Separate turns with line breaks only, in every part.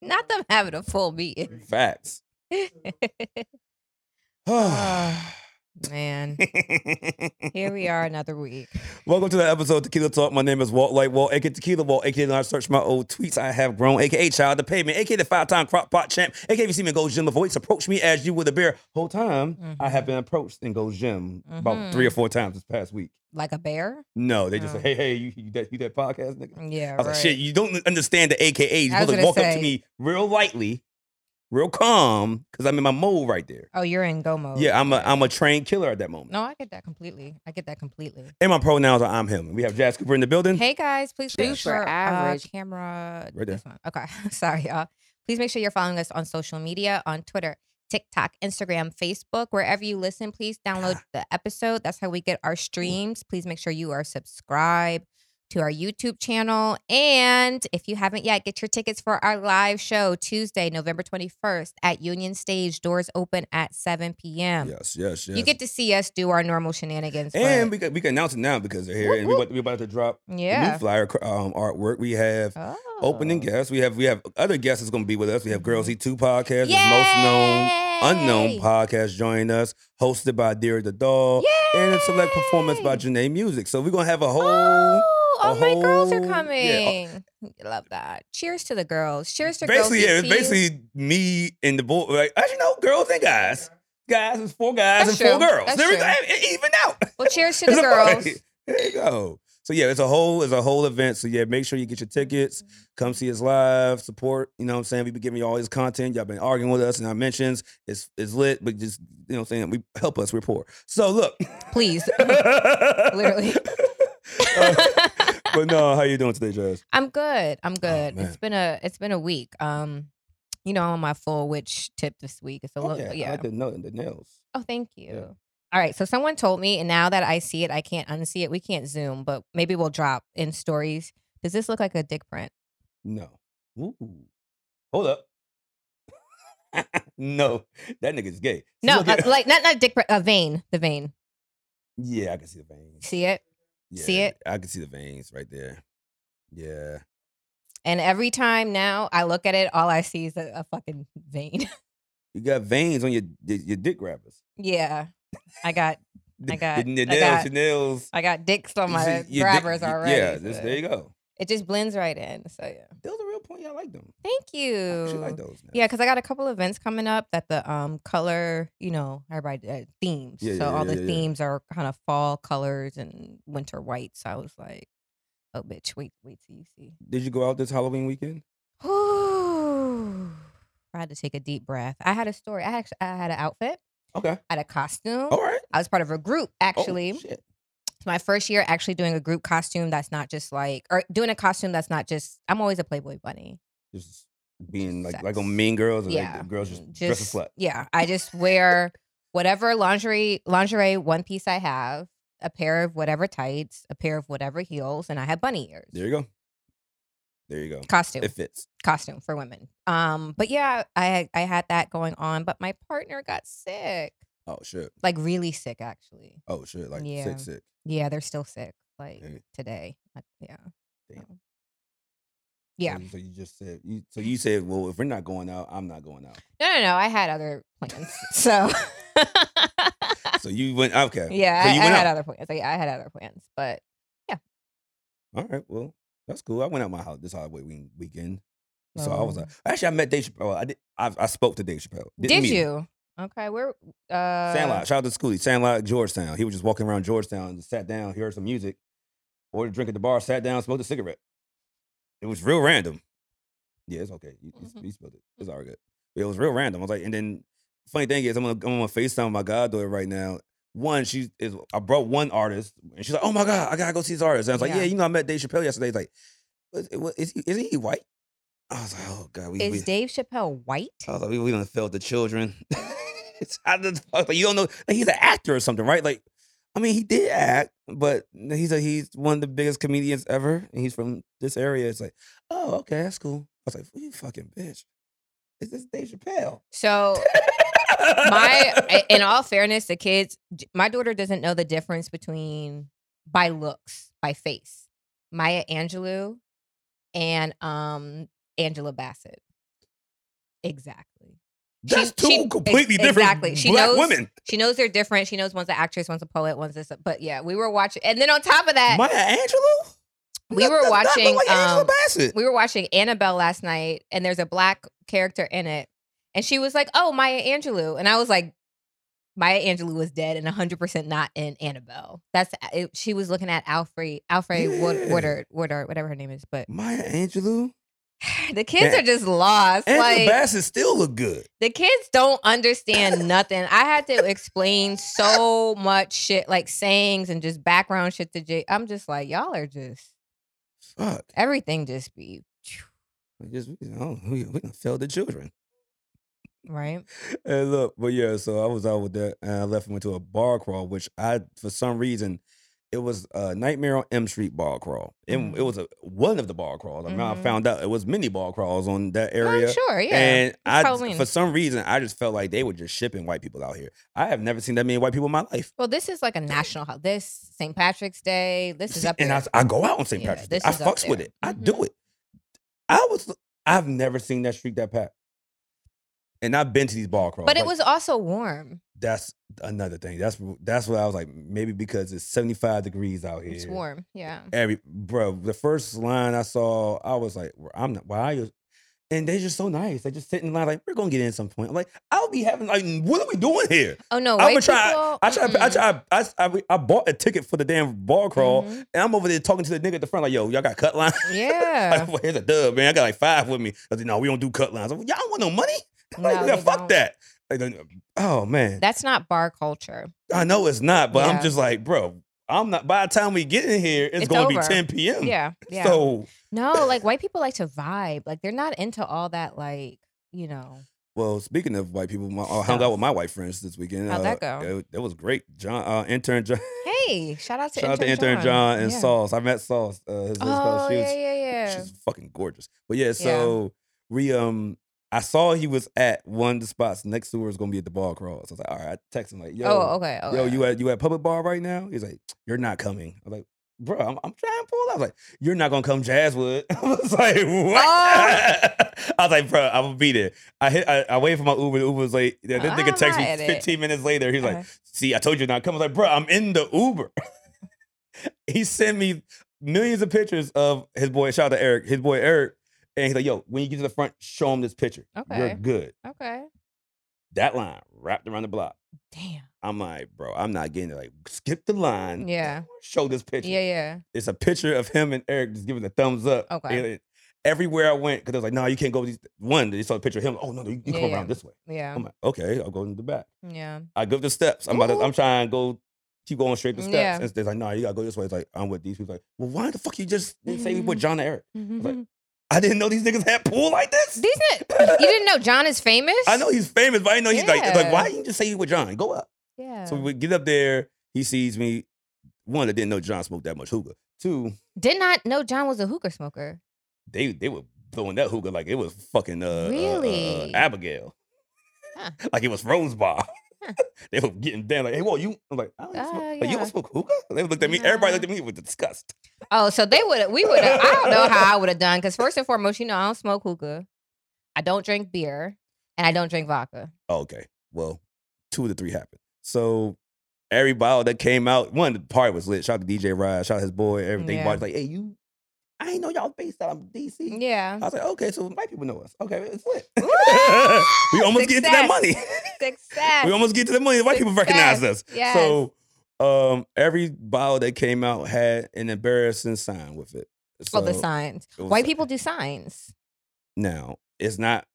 Not them having a full meeting.
Facts.
Man,
Welcome
here we are another week.
to that episode of Tequila Talk. My name is Walt Light Walt, aka Tequila Walt, aka I search my old tweets. I have grown, aka Child the Pavement, aka the five time crop pot champ, aka if you see me in Gold's Gym, the voice approach me as you would a bear. Whole time I
Mm-hmm.
have been approached in Gold's Gym
Mhm.
about three or four times this past week.
Like a bear?
No, they just
Oh.
said, hey, hey, you, you that you that podcast nigga?
Yeah.
I was
right.
like, shit, you don't understand the AKAs. You're
I was
supposed to
gonna
walk up
say-
to me real lightly, real calm, because I'm in my mode right there.
oh, you're in go mode.
Yeah, I'm a I'm a trained killer at that moment.
No, I get that completely. I get that completely.
And my pronouns are I'm him. We have Jazz Cooper in the building.
Hey guys, please
Super
make sure uh,
average.
camera.
Right there.
this one. Okay, sorry y'all. Please make sure you're following us on social media on Twitter, TikTok, Instagram, Facebook, wherever you listen. Please download the episode. That's how we get our streams. Please make sure you are subscribed to our YouTube channel. And if you haven't yet, get your tickets for our live show Tuesday, November 21st at Union Stage. Doors open at 7 p.m.
Yes, yes, yes.
You get to see us do our normal shenanigans.
and
but-
we can, we can announce it now because they're here, and we
Whoop,
about, we about to drop the new
yeah.
flyer um, artwork. We have opening
Oh.
guests. We have we have other guests that's going to be with us. We have Girls E Two podcast, his most known
Yay!
unknown podcast, joining us, hosted by Dear the Doll, and a select performance by
Yay!
Janae Music. So we're gonna have a whole.
Oh,
a
all my girls are
whole- yeah, uh,
coming. Love that. Cheers to the girls. Cheers to
basically, yeah,
girls.
it's basically me and the boy. Like, as you know, girls and guys, guys, it's four guys
That's
and four
true.
girls.
That's
There we
true.
go. It- it even out.
Well, cheers to the
It's
girls.
alright. There you go. So yeah, it's a whole it's a whole event. So yeah, make sure you get your tickets.
Mm-hmm.
Come see us live. Support. You know what I'm saying? We've been giving you all this content. Y'all been arguing with us and our mentions. It's it's lit, but just you know what I'm saying? We help us, we're poor. So look.
Please.
Literally. Uh, but no, how you doing today, Jazz?
I'm good. I'm good.
Oh, man.
it's been a it's been a week. Um, you know, I'm on my full witch tip this week. It's a little yeah.
Oh, I like the, no, the nails.
Oh, thank you.
Yeah.
All right. So someone told me, and now that I see it, I can't unsee it. We can't zoom, but maybe we'll drop in stories. Does this look like a dick print?
No. Ooh. Hold up. no, that nigga's gay.
No,
Look
uh,
at-
like not not dick print. A vein. The vein.
yeah, I can see the veins.
See it? See
Yeah,
it?
I can see the veins right there. Yeah.
And every time now I look at it, all I see is a, a fucking vein.
You got veins on your your, your dick wrappers.
yeah. I got I got-
your, your
I
nails,
got-
your nails.
I got dicks on
You
my
see your dick-
grabbers
y-
already.
Yeah, this,
so
there you go.
It just blends right in. So yeah.
Those are real point. Yeah, I like them.
Thank
I
you.
actually like those. Now.
Yeah, because I got a couple events coming up that the um color, you know, everybody uh, themes.
Yeah,
so
yeah,
all
yeah,
the
yeah, yeah.
themes are kind of fall colors and winter white. So I was like, oh bitch, wait, wait till you see.
Did you go out this Halloween weekend?
I had to take a deep breath. I had a story. I actually I had an outfit.
Okay.
I had a costume.
All right.
I was part of a group
Oh,
Oh, actually.
shit.
It's my first year actually doing a group costume that's not just like or doing a costume that's not just I'm always a Playboy bunny.
Just being like like
Sex.
on Mean Girls. Or
yeah. mm,
Like the girls just, dress a slut.
Yeah. I just wear whatever lingerie lingerie one piece I have, a pair of whatever tights, a pair of whatever heels, and I have bunny ears.
There you go. There you go.
Costume.
It fits.
costume for women. Um, but yeah, I I had that going on, but my partner got sick.
Oh shit.
Like really sick actually.
Oh shit. Like
Yeah.
sick, sick.
Yeah, they're still sick. Like
Okay.
today. Like, yeah.
Damn.
So- Yeah.
So, so you just said. You, so you said, well, if we're not going out, I'm not going out.
No, no, no. I had other plans. So
so you went. Okay.
yeah,
So
I,
you
I
went out.
had other plans. Like, I had other plans, but
All right, well, that's cool. I went out my house this Halloween weekend, so I was
Oh.
like, actually, I met Dave Chappelle. I did. I, I spoke to Dave Chappelle. Didn't
did
meet him.
you? Okay, where? Uh,
Sandlot. Shout out to Schoolie. Sandlot, Georgetown. He was just walking around Georgetown, and just sat down, he heard some music, ordered a drink at the bar, sat down, smoked a cigarette. It was real random. Yeah, it's okay. You, you-
Mhm.
you spilled it. It's all good. It was real random. I was like, and then funny thing is, I'm on, I'm on FaceTime with my goddaughter right now. One, she is. I brought one artist, and she's like, "Oh my god, I gotta go see this artist." And I was like,
Yeah.
"Yeah, you know, I met Dave Chappelle yesterday." He's like, "Is, what- is he? Isn't he white?" I was like, "Oh god, we." we-
Is Dave Chappelle white?
I was like, we, we done failed the children. It's- I just- I was like, you don't know, like, he's an actor or something, right? Like, I mean, he did act, but he's a, he's one of the biggest comedians ever, and he's from this area. It's like, oh, okay, that's cool. I was like, you fucking bitch. Is this Dave Chappelle?
So my, in all fairness, the kids, my daughter doesn't know the difference between by looks, by face. Maya Angelou and um Angela Bassett. Exactly. She-
That's two
she- ex-
completely different
exactly. She
black
knows-
women.
She knows they're different. She knows one's an actress, one's a poet, one's this. But yeah, we were watching, and then on top of that,
Maya Angelou?
we
That-
were
that- that look
watching.
like Angela
um,
Bassett.
we were watching Annabelle last night, and there's a black character in it, and she was like, "Oh, Maya Angelou," and I was like, "Maya Angelou was dead and 100 percent not in Annabelle." That's uh, it, she was looking at Alfred, Alfred Wood,
Yeah.
Woodard, Woodard, whatever her name is. But
Maya Angelou?
the kids
Yeah.
are just lost.
Angela
like
Bassett still look good.
the kids don't understand nothing. I had to explain so much shit, like sayings and just background shit to Jay. I'm just like, y'all are just
Fuck.
everything just be
We just, we, oh, we, we done failed the children.
right.
Hey, look, but yeah, so I was out with that, and I left and went to a bar crawl, which I, for some reason, it was a Nightmare on M Street bar crawl. It,
Mhm.
it was a, one of the bar crawls. I mean, I
Mhm.
found out it was many bar crawls on that
Oh,
area.
sure, yeah.
And I,
Halloween.
for some reason, I just felt like they were just shipping white people out here. I have never seen that many white people in my life.
well, this is like a national. ho- This St. Patrick's Day. This is
See,
up
and
there.
I, I go out on St.
Yeah,
Patrick's Day.
this
I
is up
fucks with
there. Mm-hmm.
it. I do it. I was. I've never seen that street that packed. And I've been to these ball crawls.
but it
like,
was also warm.
That's another thing. That's that's what I was like. Maybe because it's seventy five degrees out here.
It's warm. Yeah.
Every bro, the first line I saw, I was like, I'm not. Why are you? And they're just so nice. They just sit in line like we're gonna get in at some point. I'm like, I'll be having like, what are we doing here?
Oh no,
I'ma
white
try-
people. mm-hmm,
I tried. I
mm-mm.
tried. I, I, I bought a ticket for the damn ball crawl,
Mhm.
and I'm over there talking to the nigga at the front like, yo, y'all got cut line.
Yeah.
Like, well, here's a dub, man. I got like five with me. I said, no, we don't do cut lines. I'm like, y'all don't want no money? Like,
No,
yeah,
they
fuck
don't.
that. Like, then- oh man,
That's not bar culture.
I know it's not, but
Yeah.
I'm just like, bro, I'm not. By the time we get in here, it's,
It's
going to be
over.
10 p.m.
Yeah. Yeah.
So,
No, like white people like to vibe. Like they're not into all that, like, you know.
well, speaking of white people, my, I hung out
Stuff.
with my white friends this weekend.
How'd that
Uh,
go?
It, it was great. John, uh, intern John.
Hey, shout out to
Shout out to
Intern
intern John, and
Yeah.
Sauce. I met Sauce. Uh, his, his
Oh,
spouse. She was-
yeah, yeah, yeah.
She's fucking gorgeous. But yeah, so we um I saw he was at one of the spots next to her is gonna be at the ball crawl. So I was like, all right, I texted him like, yo,
oh, okay. okay.
yo, you at you at public bar right now? He's like, You're not coming. I was like, bro, I'm, I'm trying to pull out. I was like, you're not gonna come Jazzwood. I was like, what?
Oh.
I was like, bro, I'm gonna be there. I hit I, I waited for my Uber, the Uber was late. Yeah, this
Oh,
nigga
I'm
texted
not at
me
it.
15 minutes later. He's like,
Uh-huh.
see, I told you not coming. I was like, bro, I'm in the Uber. he sent me millions of pictures of his boy, shout out to Eric, his boy Eric. And he's like, yo, when you get to the front, show him this picture. You're
Okay.
good.
Okay.
That line wrapped around the block.
Damn.
I'm like, bro, I'm not getting it. Like, skip the line.
Yeah.
Show this picture.
Yeah, yeah.
It's a picture of him and Eric just giving the thumbs up.
Okay.
And it- everywhere I went, because I was like, no, you can't go with these. One, they saw a picture of him. Oh, no, no you,
Yeah,
you come
yeah. Oh.
around this way.
Yeah.
I'm like, okay, I'll go in the back.
Yeah.
I go up the steps. I'm, about to,
Ooh. Mm,
I'm trying to go, keep going straight the steps.
Yeah.
And they're like, no, you gotta go this way. It's like, I'm with these people. Like, well, why the fuck you just didn't say we put
Mhm.
John and Eric?
These
I didn't know these niggas had pool like this.
ni- you didn't know John is famous?
I know he's famous, but I didn't know he's like, like,
Yeah.
why you just say you with John? Go up.
Yeah.
So we get up there. He sees me. One, I didn't know John smoked that much hookah. Two,
Did not know John was a hooker smoker.
they they were blowing that hookah like it was fucking uh, uh, uh,
Really?
Abigail,
Huh.
like it was Rose Bar.
Huh.
they were getting down like, hey, whoa, you? I'm like, I don't
Uh,
smoke. Like, you
yeah.
don't smoke hookah? They looked at me. Everybody
Yeah.
looked at me with disgust.
Oh, so they would we would I don't know how I would have done because first and foremost, you know, I don't smoke hookah, I don't drink beer, and I don't drink vodka.
Oh, okay, well, two of the three happened. So. Everybody that came out, one the party was lit. Shout out to DJ Rod, shout out his boy, everything.
Yeah.
Everybody's like, hey, you, I ain't know y'all based out of DC.
Yeah.
I was like, okay, so white people know us. Okay, it's lit. we almost get to that
Success.
money.
Success.
we almost get to that money. White people recognize us.
Yes.
So um, every bottle that came out had an embarrassing sign with it. So
oh, the signs.
it was
White
like-
people do signs.
Now it's not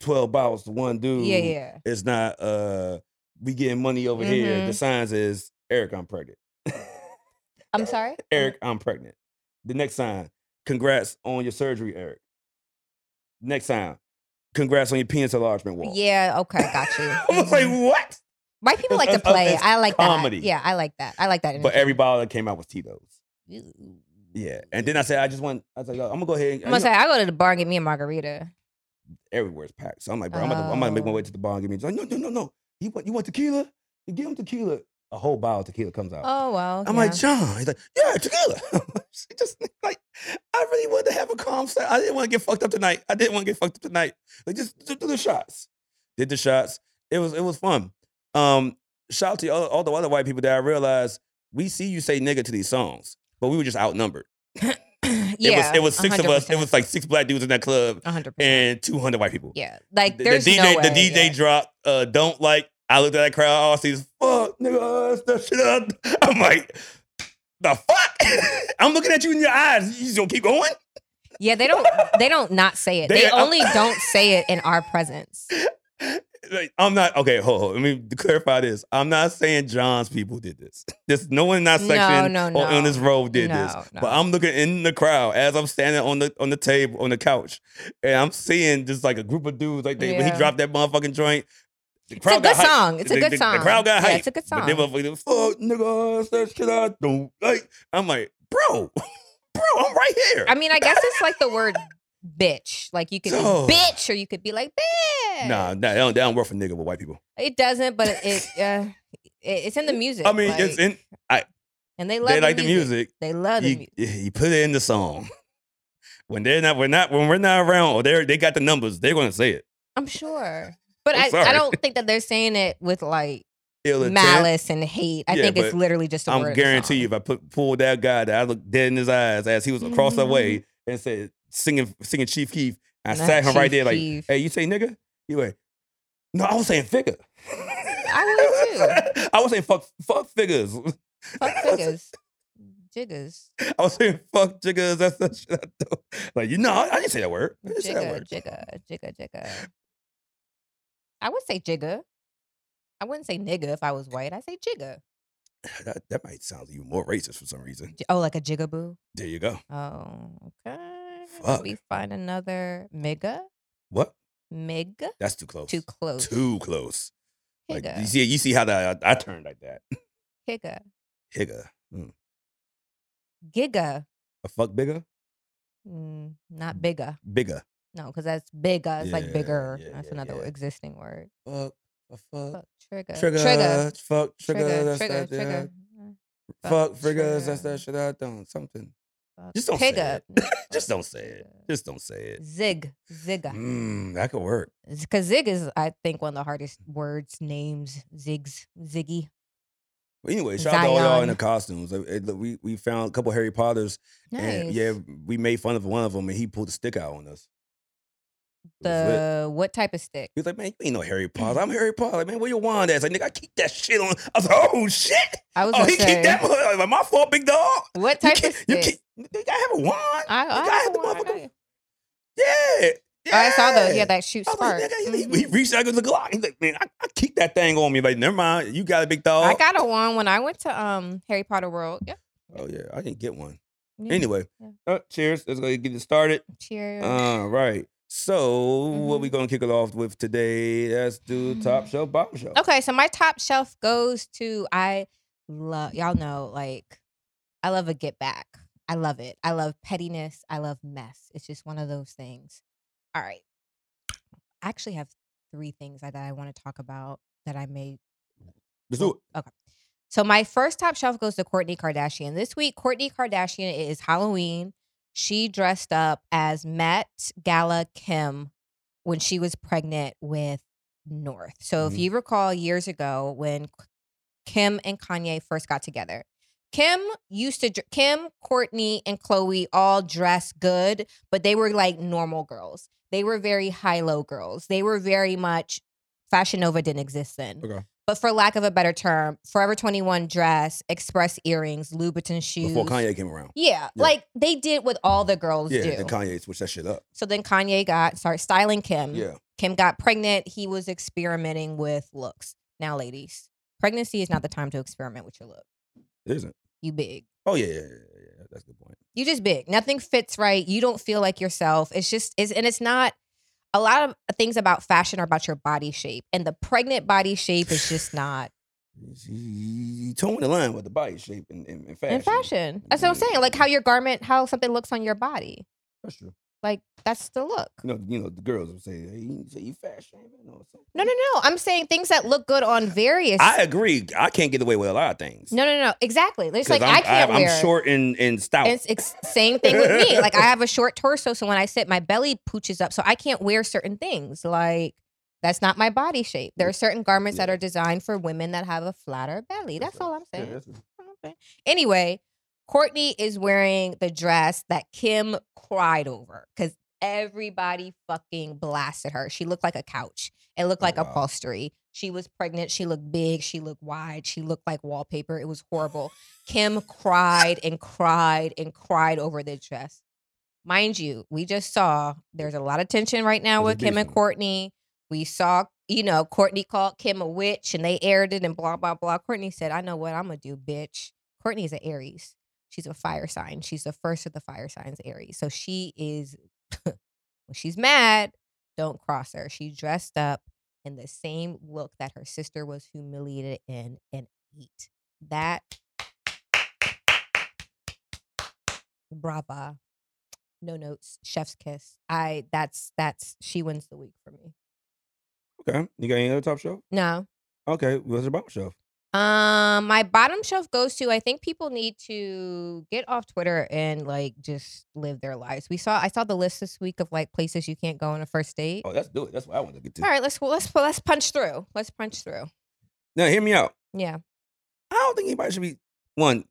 twelve bottles to one dude.
Yeah, yeah.
It's not uh we getting money over here.
Mhm.
The signs is Eric, I'm pregnant.
I'm sorry.
Eric, I'm pregnant. The next sign, congrats on your surgery, Eric. Next sign, congrats on your penis enlargement wall.
Yeah. Okay. Got you.
I was like,
Mhm.
what?
White people like to
it's- it's-
play.
it's
I like that.
comedy.
Yeah, I like that. I like that.
But
energy.
every bottle that came out was Tito's.
Ew.
Yeah. And then I said, I just want, I was like, "Yo, I'm gonna go ahead and
I'm gonna say I go to the bar and get me a margarita.
everywhere's packed. So I'm like, bro, I'm about, to, I'm about to make my way
Oh.
to the bar and get me. He's like, no, no, no, no. You want, you want tequila? You give him tequila. A whole bottle of tequila comes out.
Oh well.
I'm like, John. He's like, yeah, tequila. she just like, I really wanted to have a calm set. I didn't want to get fucked up tonight. I didn't want to get fucked up tonight. Like just, just do the shots. Did the shots. It was it was fun. Um, shout out to all, all the other white people that I realized we see you say nigga to these songs, but we were just outnumbered.
yeah,
It was it was 6 of us. It was like six black dudes in that club
one hundred percent.
and two hundred white people.
Yeah, like
The-
there's
the
no
DJ,
way.
the DJ
yeah.
dropped. Uh, don't like. I looked at that crowd. All I see is fuck, nigga, ass, that shit up. I'm like, the fuck. I'm looking at you in your eyes. You just gonna keep going?
Yeah, they don't. They don't not say it.
They- uh,
They only don't say it in our presence.
Like, I'm not okay. Hold, hold. Let me clarify this. I'm not saying John's people did this. This no one in that
No,
section
no,
or on this
no.
road did this.
No, no.
But uh, I'm looking in the crowd as I'm standing on the on the table on the couch, and I'm seeing just like a group of dudes. Like they, when he
Yeah.
dropped that motherfucking joint. The
It's a
got
good
hype.
song. It's a
The- the-
good
the
song.
crowd got
Yeah,
hype,
it's a good song.
But they motherfuckers, fuck nigga, that shit I don't like. I'm like, bro, bro, I'm right here.
I mean, I guess it's like the word bitch. Like you could be
Oh.
bitch, or you could be like bitch.
nah, nah, that don't, that don't work for nigga with white people.
it doesn't. But it, it uh, it- it's in the music.
I mean,
like,
it's in,
and they love.
they like the music.
They love the
you,
music.
you you put it in the song. When they're not, we're not, when we're not around, or they are they got the numbers, they're gonna say it.
I'm sure, but
I'm
I,
sorry.
I don't think that they're saying it with like
Ill intent.
malice and hate. I
Yeah,
think it's
but
literally just. A word
I'm
of the
guarantee you,
song.
if I put pulled that guy that I looked dead in his eyes as he was across the
Mhm.
way and said singing singing Chief Keef, I
Not
sat him right
Chief
there like,
Keef.
hey, you say nigga? He went, no, I was saying figure.
I
would too. I was saying fuck fuck figures.
Fuck figures, jiggers,
I was saying fuck jiggers. That's the shit I do. Like you know, I, I didn't say that word. I didn't say that
jigga,
word.
jigga, jigga, jigga. I would say jigga. I wouldn't say nigga if I was white. I say jigga.
That, that might sound even more racist for some reason.
J- Oh, like a jigaboo.
There you go.
Oh, okay.
Fuck.
We find another miga,
What?
mig,
That's too close.
too close.
Too close. Like
Higa,
you see, you see how that I, I turned like that.
higa,
Higga.
giga.
A fuck bigger?
Mm, not bigger.
Bigger.
No, because that's bigger. It's
Yeah,
like bigger.
yeah,
that's
yeah,
another
yeah.
existing word.
Fuck. A fuck.
Fuck, trigger.
Trigger.
Trigger.
Fuck. Trigger.
Trigger.
that's
Trigger.
that, yeah.
Trigger. Mm, Fuck,
Fuck. Triggers. That's
trigger.
that shit I done. Something.
Fuck.
Just don't say it.
Pigga.
Just don't say it. Just don't say it.
Zig. Zigga.
Mm, that could work.
Because zig is, I think, one of the hardest words, names, zigs, ziggy.
But Anyway, shout out to all y'all in
Zion.
the costumes. Like, it- look, We we found a couple Harry Potters,
Nice.
and yeah, we made fun of one of them, and he pulled the stick out on us. It was lit.
The what type of stick?
He was like, man, you ain't no Harry Potter. I'm Harry Potter. Like, man, where your wand at? It's like, nigga, I keep that shit on. I was like, oh shit.
I was
Oh,
gonna
he
say,
keep that. one. Like, my fault, big dog.
What
You
type
keep,
of stick?
you keep, nigga, I have a wand.
I,
Nigga, I
I,
had the
the one, I, got
motherfucker-
it.
Yeah.
Oh, I saw the yeah
yeah.
that shoot
I was like,
spark.
nigga, he,
Mhm.
he reached out to the Glock. He's like, man, I, I keep that thing on me. Like, never mind. You got it, big dog.
I got a one when I went to um Harry Potter World. Yeah.
oh, yeah. I didn't get one.
yeah.
Anyway,
Yeah.
uh, cheers. Let's go get it started.
Cheers. Mm-hmm.
All right. So, what we going to kick it off with today? Let's do Top Shelf, Bottom Shelf.
Okay, so my top shelf goes to I love y'all know like I love a get back. I love it. I love pettiness. I love mess. It's just one of those things. All right. I actually have three things that I want to talk about that I made
Let's do it.
so my first top shelf goes to Courtney Kardashian. This week, Courtney Kardashian it is Halloween. She dressed up as Met Gala Kim when she was pregnant with North. So
Mhm.
if you recall years ago when K- Kim and Kanye first got together, Kim used to dr- Kim, Courtney, and Chloe all dress good, but they were like normal girls. They were very high low girls. They were very much Fashion Nova didn't exist then
Okay.
but for lack of a better term, Forever 21 dress, Express earrings, Louboutin shoes.
Before Kanye came around.
Yeah,
Yeah.
like they did what all the girls
Yeah,
do.
then Kanye switched that shit up.
so then Kanye got, sorry, styling Kim.
Yeah.
Kim got pregnant. He was experimenting with looks. Now, ladies, pregnancy is not the time to experiment with your look.
It isn't.
You big.
Oh, yeah, yeah, yeah, yeah. yeah. That's a good point.
You just big. Nothing fits right. You don't feel like yourself. It's just, it's, and it's not, a lot of things about fashion are about your body shape. And the pregnant body shape is just not
He towing the line with the body shape and, and, and fashion.
in fashion. That's what I'm saying. Like how your garment, how something looks on your body.
That's true.
Like that's the look.
No, you know the girls would say, "Hey, you, say you fat shaming or something."
No, no, no. I'm saying things that look good on various.
I agree. I can't get away with a lot of things.
no, no, no. Exactly. It's
'Cause
like
I'm,
I can't
I'm,
wear.
I'm short and, and stout.
And it's ex- same thing with me. Like I have a short torso, so when I sit, my belly pooches up, so I can't wear certain things. Like that's not my body shape. There are certain garments that
Yeah.
are designed for women that have a flatter belly. That's all I'm
Yeah,
saying.
that's-
Okay. Anyway, Courtney is wearing the dress that Kim cried over because everybody fucking blasted her. She looked like a couch. It looked
Oh,
like
wow.
upholstery. She was pregnant. She looked big. She looked wide. She looked like wallpaper. It was horrible. Kim cried and cried and cried over the dress. Mind you, we just saw there's a lot of tension right now
There's a
with Kim and
beef.
Courtney. We saw, you know, Courtney called Kim a witch and they aired it and blah, blah, blah. Courtney said, I know what I'm going to do, bitch. Courtney's an Aries. She's a fire sign. She's the first of the fire signs, Aries. So she is, when she's mad, don't cross her. She dressed up in the same look that her sister was humiliated in and ate. That, brava. No notes, chef's kiss. I, that's, that's, she wins the week for me.
Okay, you got any other top shelf?
No,
Okay, what's your bottom shelf?
Um, my bottom shelf goes to I think people need to get off Twitter and like just live their lives. We saw I saw the list this week of like places you can't go on a first date.
Oh, let's do it. That's what I want to get to.
All right, let's let's let's punch through. Let's punch through.
Now, hear me out.
Yeah,
I don't think anybody should be one.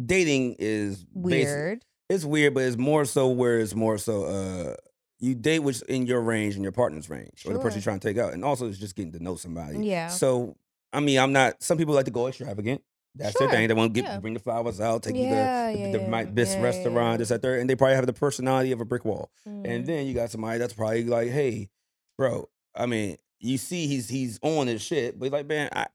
Dating is basic-
weird.
It's weird, but it's more so where it's more so uh you date what's in your range and your partner's range or the person you're
Sure.
trying to take out, and also it's just getting to know somebody.
Yeah.
So I mean, I'm not. Some people like to go extravagant. That's
Sure,
their thing. They want to get
yeah.
bring the flowers out, take
Yeah,
you to the,
yeah,
the,
yeah,
mi- best
yeah, yeah,
restaurant,
yeah.
this that there, and they probably have the personality of a brick wall. And
Mm.
then you got somebody that's probably like, hey, bro, I mean, you see he's he's on his shit, but he's like, man, I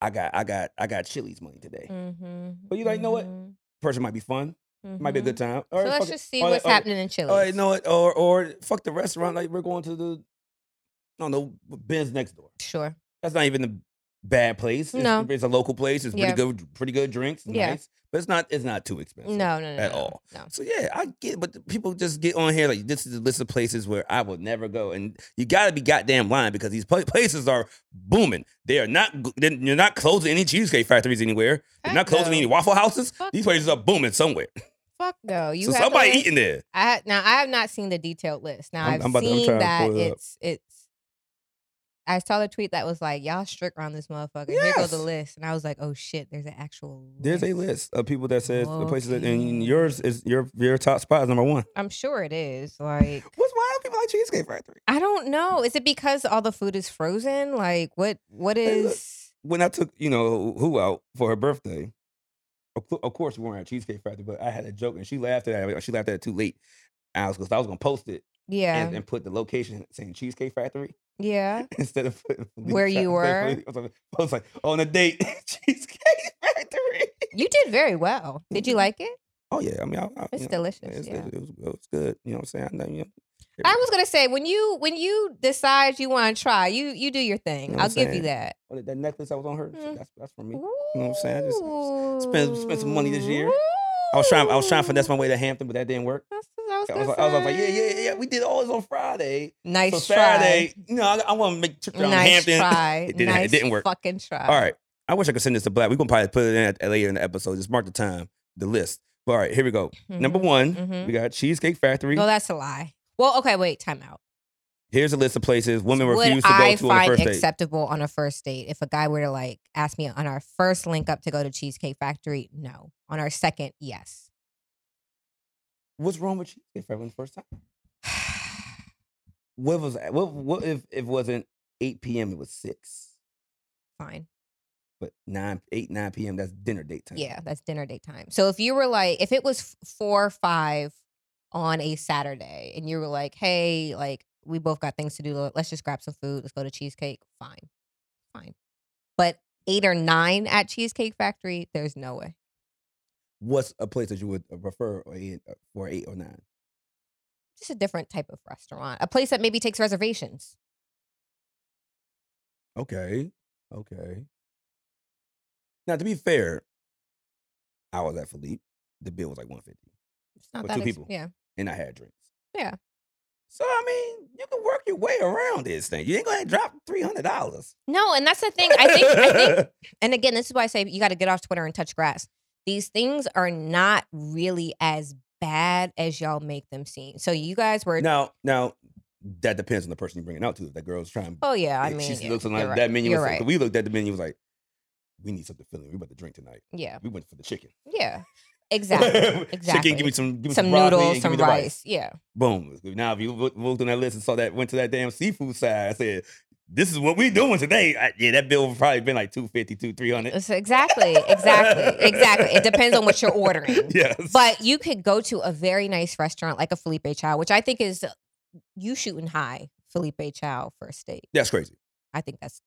I got I got I got Chili's money today.
Mhm,
But you like, know what?
mhm,
Person might be fun, might be a
mhm.
good time.
So
All right,
let's
fuck it.
just see
All right,
what's
all right.
happening in Chile.
Oh, you know what? Or or fuck the restaurant. Like we're going to the, I don't know, Ben's next door.
Sure.
That's not even a bad place. It's,
No.
it's a local place. It's
Yeah.
pretty good, pretty good drinks.
Yeah.
Nice, but it's not. It's not too
No,
expensive.
no, no,
at
no,
all.
No.
So yeah, I get. But the people just get on here like this is a list of places where I will never go, and you got to be goddamn lying because these pla- places are booming. They are not. g- They're you're not closing any cheesecake factories anywhere. You're
Heck
not closing
no.
any waffle houses.
Fuck
These places are booming somewhere.
Fuck no. You
so
have
somebody
to-
eating there.
I ha- now I have not seen the detailed list. Now
I'm-
i have
I'm about to- I'm
seen
trying to
that
pull it up.
it's it's. I saw the tweet that was like, "Y'all strict around this motherfucker." Here go
Yes.
the list, and I was like, "Oh shit, there's an actual."
There's a list of people that says the places that,
Okay.
and yours is your your top spot is number one.
I'm sure it is. Like,
What's why do people like Cheesecake Factory?
I don't know. Is it because all the food is frozen? Like, what what
Hey, look.
is?
When I took you know who out for her birthday, of, cou- of course we weren't at Cheesecake Factory, but I had a joke and she laughed at it. She laughed at it too late. I was, 'cause I was gonna post it
Yeah,
and, and put the location saying Cheesecake Factory
yeah.
instead of putting
Where you were?
I was, like, I was like, on a date, Cheesecake Factory.
You did very well. Did you like it?
Oh yeah, I mean, I, I,
It's
you know,
delicious,
It's,
yeah.
it, was, it was good. You know what I'm saying? I know, you know,
I was gonna say when you when you decide you want to try, you you do your thing.
know what
I'll
I'm
give you
saying?
that.
oh, that- that necklace I was on her,
Mm.
that's that's for me.
You
know what I'm saying? I just- I just spent- spent some money this year. I was trying. I was trying to finesse my way to Hampton, but that didn't work.
That's what I was,
I was,
gonna
like, I was like, yeah,
say.
yeah, yeah. We did all this on Friday.
nice
so
try.
Saturday, you know, I, I want to make a trip down to
nice
Hampton.
try.
It didn't- it
nice
didn't work.
Fucking try.
All right. I wish I could send this to Black. We're gonna probably put it in at, later in the episode. Just mark the time, the list. But all right, here we go. Number one,
Mhm.
we got Cheesecake Factory.
No, that's a lie. Well, okay, wait, time out.
Here's a list of places women
Would
refuse to go
I
to on the
find
first date.
acceptable on a first date if a guy were to like ask me on our first link up to go to Cheesecake Factory? No. On our second, yes.
What's wrong with Cheesecake Factory on the first time? What was what? What if it wasn't 8 p.m. It was six,
Fine.
but nine, eight, nine p.m. That's dinner date time.
Yeah, that's dinner date time. So if you were like, if it was f- four or five on a Saturday and you were like, hey, like we both got things to do, le- let's just grab some food, let's go to Cheesecake, fine, fine. But eight or nine at Cheesecake Factory, there's no way.
What's a place that you would uh, prefer or eight, uh, for eight or nine?
Just a different type of restaurant, a place that maybe takes reservations.
Okay. Okay. Now, to be fair, I was at Philippe. The bill was like 150
It's not
With
that
two
ex-
people.
Yeah.
and I had drinks.
Yeah.
So I mean, you can work your way around this thing. You ain't gonna drop three hundred dollars.
No, and that's the thing. I think I think and again, this is why I say you got to get off Twitter and touch grass. These things are not really as bad as y'all make them seem. So you guys were,
now, now that depends on the person you bring it out to. If that girl's trying,
oh yeah, I
If
mean,
she
yeah,
looks
you're
like
right.
that menu.
You're
Was like,
right.
We looked at the menu. Was like, we need something filling. We about to drink tonight.
yeah,
We went for the chicken.
yeah, exactly. Exactly.
Chicken. Give me some. Give me some,
some
broccoli and
noodles,
give
some
me
rice.
the
Yeah,
Boom. Now, if you look- looked on that list and saw that went to that damn seafood side, I said, "This is what we doing today." I- yeah, that bill would probably been like 250 two three hundred.
It's- exactly, exactly, exactly. It depends on what you're ordering.
Yes.
But you could go to a very nice restaurant like a Felipe Chow, which I think is you shooting high Felipe Chow for a steak.
that's crazy.
I think that's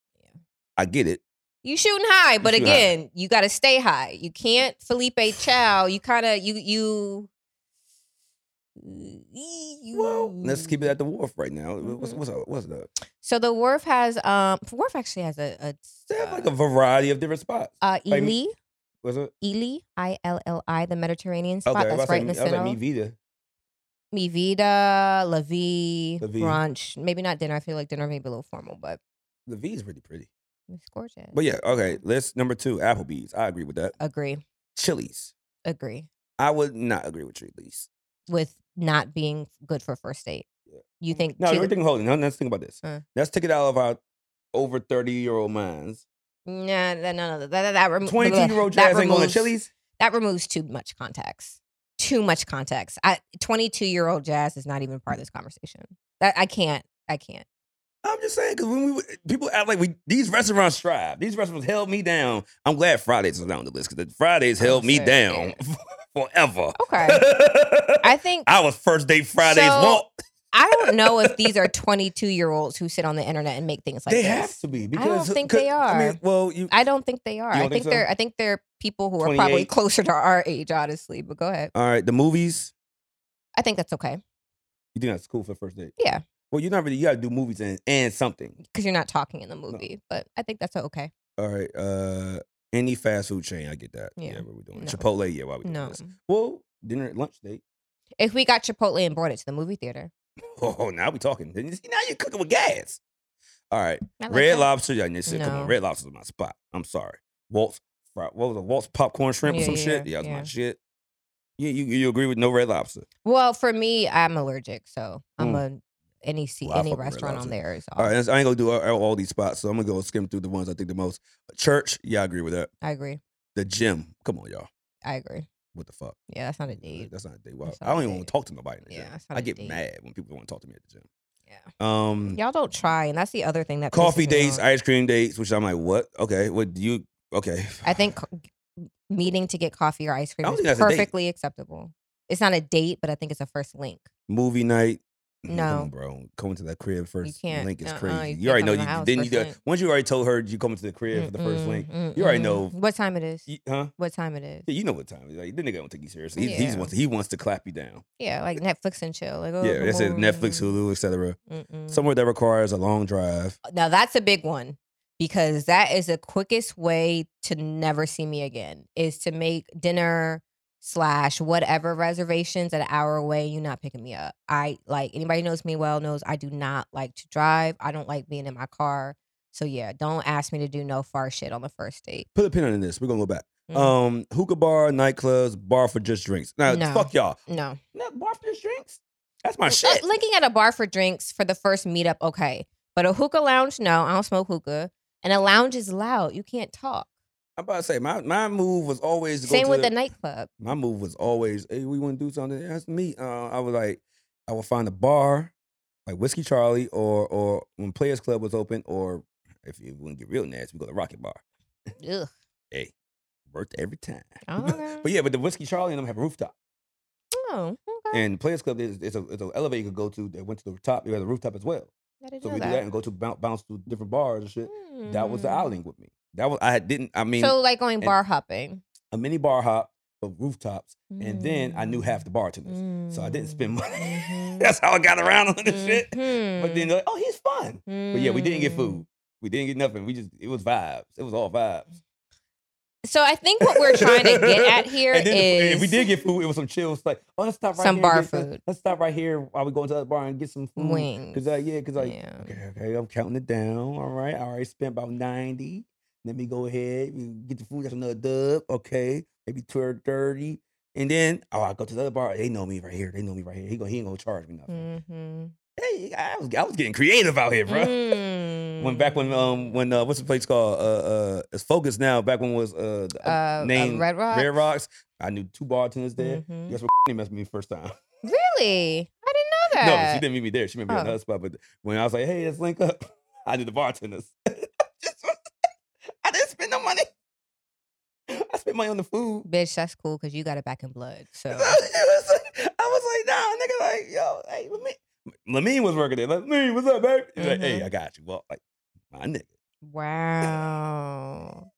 I get it.
you shooting high, but
shooting high.
again, you got to stay high. You can't Felipe Chow. You kind of you you. you
Well, let's keep it at the wharf right now. What's
Mhm.
what's up? What's up?
So the wharf has um wharf actually has a, a
They have
uh,
like a variety of different spots.
uh,
like-
Ely
What's up?
Ely I L L I the Mediterranean
Okay,
spot
I was
that's right
like,
in the
I was
center.
like, me Vita.
Mi Vida, La Vie,
La Vie.
brunch. Maybe not dinner. I feel like dinner may be a little formal, but
The V is pretty pretty.
it's gorgeous.
But yeah, okay. Let's number two, Applebee's. I agree with that.
agree,
Chili's.
agree I
I would not agree with Chili's.
with not being good for a first date.
Yeah.
You think?
No,
Chili-
everything holding. Now, let's think about this.
Uh.
Let's take it out of our over 30 year old minds.
Nah, no, no, no. That, that, that remo-
22
blah,
year old
that
jazz ain't going to
removes-
Chili's.
That removes too much context. Too much context. I, 22 year old Jazz is not even part of this conversation. That I can't. I can't.
I'm just saying, because when we people act like we these restaurants strive. These restaurants held me down. I'm glad Fridays is on the list because Fridays
Oh,
held me
shit,
down forever.
Okay.
I,
I think
was first day Fridays.
So,
won't-
I don't know if these are 22 year olds who sit on the internet and make things like
they
this.
have to be. Because,
think
'cause-
they
I
are.
mean, well, you
I don't think they are.
You
I
don't
think,
think so?
they're. I think they're people who are probably
28?
closer to our age, honestly. But go ahead.
all right. The movies.
I think that's okay
You think that's cool for first date?
Yeah.
Well, you're not really. You got to do movies and and something.
because you're not talking in the movie. But I think that's okay.
All right. Uh, any fast food chain, I get that.
Yeah.
what we're doing.
No.
Chipotle, yeah, why we doing
No.
this? Well, dinner, lunch date.
If we got Chipotle and brought it to the movie theater,
Oh, now we talking. Then you see, Now you're cooking with gas. All right.
I like
Red
that.
Lobster. Yeah, this shit, Come on,
No.
Red Lobster's my spot. I'm sorry. Waltz, fri- what was it? Waltz popcorn shrimp or
Yeah,
some
yeah,
shit. Yeah, that's my
yeah.
shit. You, you you agree with no Red Lobster?
Well, for me, I'm allergic, so I'm a any see
Mm. Well, I
any
fuck with Red
restaurant on
Lobster.
there is
All right,
off.
that's- I ain't gonna do all, all these spots, so I'm gonna go skim through the ones I think the most. Church, yeah, I agree with that.
I agree.
The gym, come on, y'all.
I agree.
What the fuck?
Yeah, that's not a
Yeah,
date.
That's not a date. Well,
That's not
I
a
don't even
date.
want to talk to nobody in the
Yeah,
gym.
that's not
I
a
get
date.
mad when people want to talk to me at the gym.
Yeah.
Um,
Y'all don't try, and that's the other thing that pisses
coffee
me
dates,
off.
ice cream dates, which I'm like, what? Okay, what do you? Okay,
I think co- meeting to get coffee or ice cream
I don't think
is
that's a date.
perfectly acceptable. It's not a date, but I think it's a first link.
movie night. Mm, come
No.
on, bro, coming to that crib first
can't.
link is
Uh-uh,
crazy.
you
You,
can't
already
come
know.
to my
You,
house
then you
first
got
link.
once you already told her you coming to the crib for the first
Mm-mm,
link. You already
mm-mm.
know-
what time it is.
You- huh?
What time it is?
Yeah, you know what time it is. Like, the nigga don't take you seriously. He, he
Yeah.
just wants he wants to clap you down.
Yeah, like Netflix and chill. Like, oh,
yeah, that's it.
come
Netflix,
over.
Hulu, etc.
Mm-mm.
Somewhere that requires a long drive.
now that's a big one because that is the quickest way to never see me again is to make dinner slash whatever reservations an hour away you're not picking me up i like anybody who knows me well knows i do not like to drive i don't like being in my car so yeah don't ask me to do no far shit on the first date
Put a pin on this. We're gonna go back.
Mhm.
Um, hookah bar, nightclubs, bar for just drinks. Now,
No.
fuck y'all.
no
No, bar for just drinks. That's my
Uh,
shit.
linking at a bar for drinks for the first meetup, okay. But a hookah lounge, no, I don't smoke hookah. And a lounge is loud. You can't talk.
I'm about to say my, my move was always to go
Same
to
with
the,
the nightclub.
my move was always hey we want to do something that's me uh, I was like I would find a bar like Whiskey Charlie or or when Players Club was open or if you want to get real nasty we go to Rocket Bar
Ugh.
hey worked every time
Okay.
but yeah but the Whiskey Charlie and them have a rooftop
Oh, okay.
and Players Club is it's a it's an elevator you could go to that went to the top it has a rooftop as well
I didn't
so
know
we do that and go to bounce, bounce to different bars and shit that was the
Hmm.
outing with me that was I didn't I mean
so like going
and-
bar hopping.
a mini bar hop of rooftops and then I knew
Mm-hmm.
half the bartenders. So I
Hmm.
didn't spend money. That's how I got around on this
Mm-hmm.
shit. But then, they're like, oh, he's fun.
Hmm. Mm-hmm.
But yeah, we didn't get food. We didn't get nothing. We just, it was vibes. It was all vibes.
So I think what we're trying to get at here is
And then if- if we did get food, it was some chills. Like, oh, let's stop right
Some
here and
bar
get- let's-
food.
Let's stop right here while we go into the bar and get some food.
wings.
Cause uh, yeah, cause like
yeah.
okay, okay, I'm counting it down. All right, I already spent about ninety. Let me go ahead, we get the food. That's another dub. Okay, maybe two thirty, and then oh, I go to the other bar. They know me right here. They know me right here. He gonna he ain't gonna charge me nothing.
Mhm.
Hey, I was I was getting creative out here,
Mm-hmm.
bro. When back when um when uh what's the place called uh uh it's focused now back when was uh, the,
Mm. uh,
name
name Red Rock.
Red Rocks Mm-hmm. I knew two bartenders there
Mhm.
guess what he messed with me first time
Really? I didn't know
no
that.
she didn't meet me there she met me
Oh.
on another spot but when I was like hey let's link up I knew the bartenders Just was- I didn't spend no money I spent money on the food
Bitch, that's cool because you got it back in blood. So
I was like, I was like, nah, nigga, like, yo, hey, let me. Lamine was working there. Lamine, what's up, baby? He's like, hey,
Mhm.
I got you. Well, like, my nigga.
wow.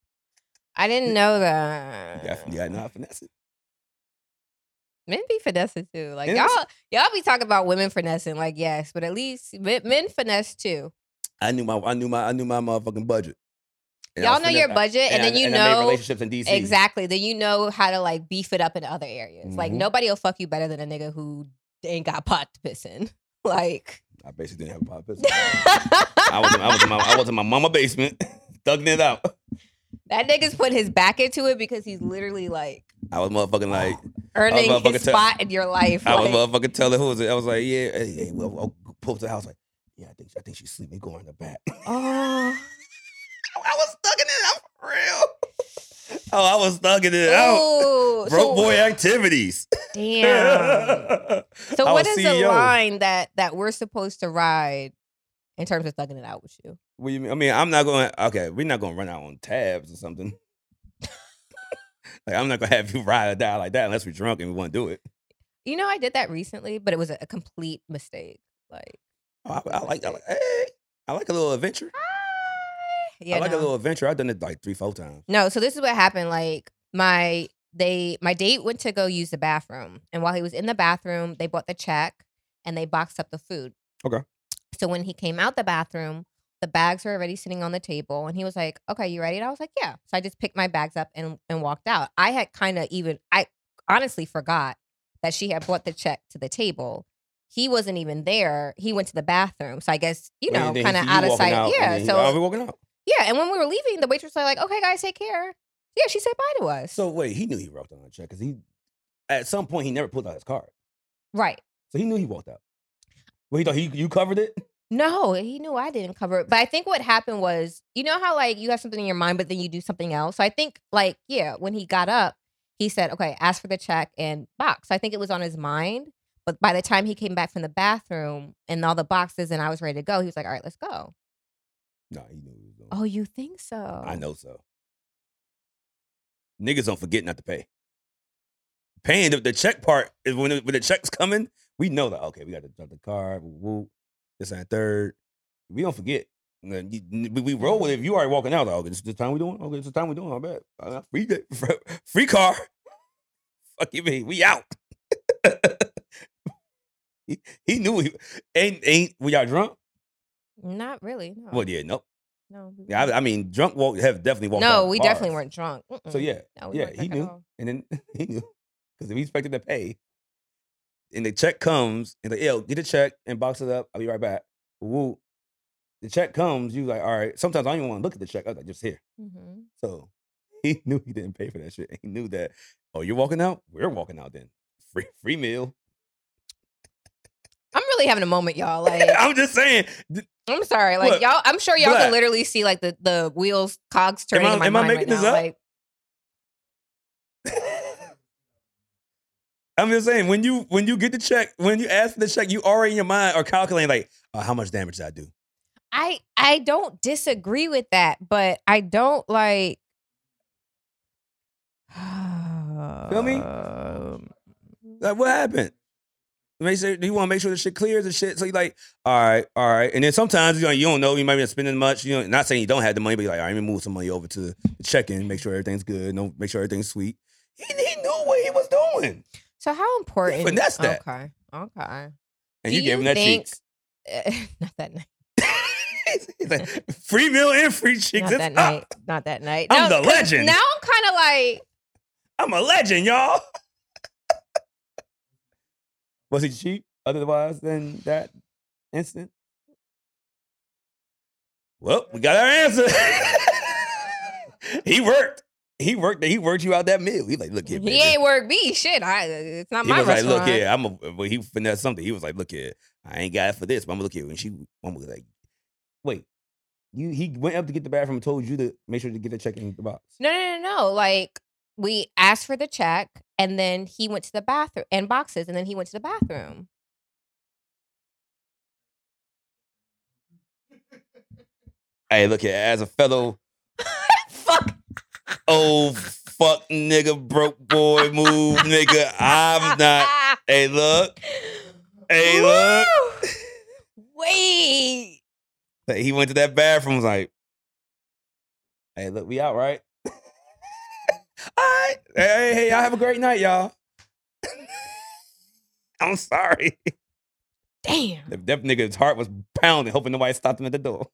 I didn't know
You
that.
got, you got not finesse it.
Men be finessing too. Like
It
y'all,
was-
y'all be talking about women finessing. Like yes, but at least men, men finesse too.
I knew my, I knew my, I knew my motherfucking budget. And I
y'all
was
know
finesse-
your
I-
budget, and,
I-
then you
and I made
know
relationships in DC.
exactly. Then you know how to like beef it up in other areas. Like
Mhm.
nobody will fuck you better than a nigga who ain't got pot to piss in. Like
I basically didn't have a pop business. I was, in, I was in my, I was in my mama basement, thugging it out.
that nigga's put his back into it because he's literally like
I was motherfucking like,
earning
motherfucking
his
tell-
spot in your life.
I was
like,
motherfucking telling who was it. I was like, yeah, hey, hey, well, I'll pull up to the house. Like, yeah, I think, I think she's sleeping. Go in the back.
oh,
I was thugging it out for real. Oh, I was thugging it out.
Ooh,
Broke
Oh, so-
boy activities.
Damn. So
I
what
was E
is the
CEO.
line that that we're supposed to ride in terms of thugging it out with you?
What you mean? I mean, I'm not going. to Okay, we're not going to run out on tabs or something. like, I'm not going to have you ride or die like that unless we're drunk and we want to do it.
You know, I did that recently, but it was a, a complete mistake. Like,
Oh, I, I like. I like. Hey, I like a little adventure.
yeah,
I like
no.
a little adventure. I've done it like three, four times.
No, so this is what happened. Like my they my date went to go use the bathroom, and while he was in the bathroom, they bought the check and they boxed up the food.
Okay.
So when he came out the bathroom, the bags were already sitting on the table, and he was like, "Okay, you ready?" And I was like, "Yeah." So I just picked my bags up and and walked out. I had kind of even I honestly forgot that she had brought the check to the table. He wasn't even there. He went to the bathroom. So I guess, you know,
And then he
kind of
see you
out of
walking
sight.
out, and
yeah.
then he-
so
oh, we walking out.
yeah, and when we were leaving, the waitress was like, "Okay, guys, take care." Yeah, she said bye to us.
So wait, he knew he walked out on a check because he, at some point, he never pulled out his card.
right?
So he knew he walked out. Well, he thought he you covered it.
No, he knew I didn't cover it. But I think what happened was, you know how like you have something in your mind, but then you do something else. So I think like yeah, when he got up, he said, "Okay, ask for the check and box." I think it was on his mind. But by the time he came back from the bathroom and all the boxes and I was ready to go, he was like, "All right, let's go."
No, he knew he was doing.
Oh, you think so?
I know so. Niggas don't forget not to pay. Paying the, the check part is when the, when the check's coming, we know that okay, we got to drop the card, woo, woo, this and that third. We don't forget. And then you- We, we roll with it. If you already walking out, like, okay, this is the time we doing. Okay, this is the time we doing. I bet uh, free day- free car. Fuck you, mean we out. he, he knew he ain't ain't. We y'all drunk?
Not really. No.
Well, yeah, no.
No. we
Yeah, I, I mean, drunk walk have definitely walked. out
no,
of
we
bars.
definitely weren't mm. drunk.
So
Mm-mm.
yeah,
No, we
yeah,
weren't
he
drunk at
knew,
all.
and then he knew because if he expected to pay, and the check comes, and like, yo, get the check and box it up. I'll be right back. Woo, the check comes. You like, all right. Sometimes I don't even want to look at the check. I was like, just here.
Mhm.
So he knew he didn't pay for that shit. He knew that. Oh, you're walking out. We're walking out then. Free free meal.
I'm really having a moment, y'all. Like,
I'm just saying. th-
I'm sorry, like
Look,
y'all. I'm sure y'all
Black.
can literally see like the the wheels cogs turning
I-
in my
am I
mind
making
right
this
now.
up?
Like,
I'm just saying when you when you get the check when you ask for the check you already in your mind are calculating like oh, how much damage did I do
I I don't disagree with that, but I don't like. Feel
me?
Um,
Like, what happened? Make sure you want to make sure the shit clears and shit. So you like, all right, all right. And then sometimes you know you don't know you might be spending much. You know, not saying you don't have the money, but you're like, all right, let me move some money over to the check-in, make sure everything's good, no, make sure everything's sweet. He, he knew what he was doing,
So how important?
finessed that.
Okay, okay.
and
Do
you gave
you
him that
think-
cheeks.
Eh, Not that night.
He's like, free meal and free
Not
chicks. It's
that
up.
night. Not that night.
Ah! I'm
Now-
the legend.
now I'm kind of like,
I'm a legend, y'all. Was he cheap otherwise than that instant? Well, we got our answer. he worked. He worked. He worked you out that meal. He like, look here, baby.
he ain't work me. Shit, I, it's not
He
my
was like,
restaurant.
look here, I'm a. Well, he finessed something. He was like, look here, I ain't got it for this, but I'm gonna look here. And she, mama was like, wait, you? He went up to get the bathroom and told you to make sure to get the check in the box.
No, no, no, no. Like we asked for the check, and then he went to the bathroom and boxes, and then he went to the bathroom.
Hey, look here, as a fellow
Fuck.
old Oh, fuck nigga broke boy move nigga, I'm not. Hey, look, hey, look.
Woo! Wait.
Like, He went to that bathroom. Was like, hey, look, we out, right? All right. Hey, hey, y'all have a great night, y'all. I'm sorry.
Damn.
That, that nigga's heart was pounding, hoping nobody stopped him at the door.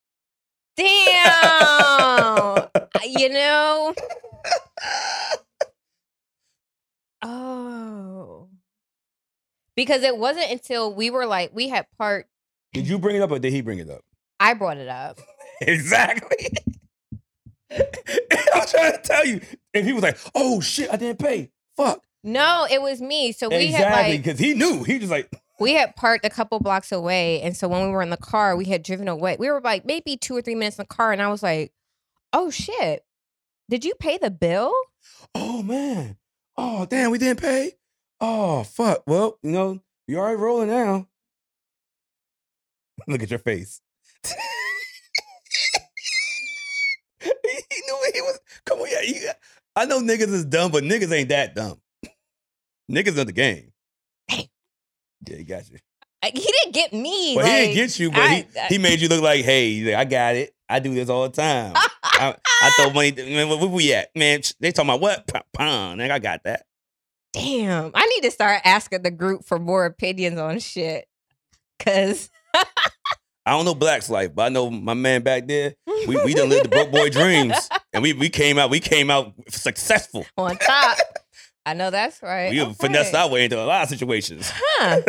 Damn. you know. Oh. Because it wasn't until we were like we had part.
Did you bring it up or did he bring it up?
I brought it up.
Exactly. I'm trying to tell you. If he was like, oh shit, I didn't pay. Fuck.
No, it was me. So we had
exactly.
like
Because he knew. He just like,
we had parked a couple blocks away and so when we were in the car we had driven away we were like maybe two or three minutes in the car and i was like oh shit did you pay the bill
oh man. Oh damn, we didn't pay. Oh fuck. Well, you know, you're already rolling now. Look at your face. he knew what he was. Come on, yeah. You, I know niggas is dumb, but niggas ain't that dumb. niggas in the game.
Damn.
Yeah, he got you.
Like, he didn't get me
Well, he
like-
didn't get you, but
I-
he,
I-
he made you look like, hey, like, I got it. I do this all the time. I, I throw money. Man, where we at? Man, sh- they talking about what? Pound, pound. Nigga, I got that.
damn i need to start asking the group for more opinions on shit because
I don't know Black's life, but I know my man back there. We we done lived the broke boy dreams, and we we came out. We came out successful.
on top i know that's right
We
okay.
finessed our way into a lot of situations.
huh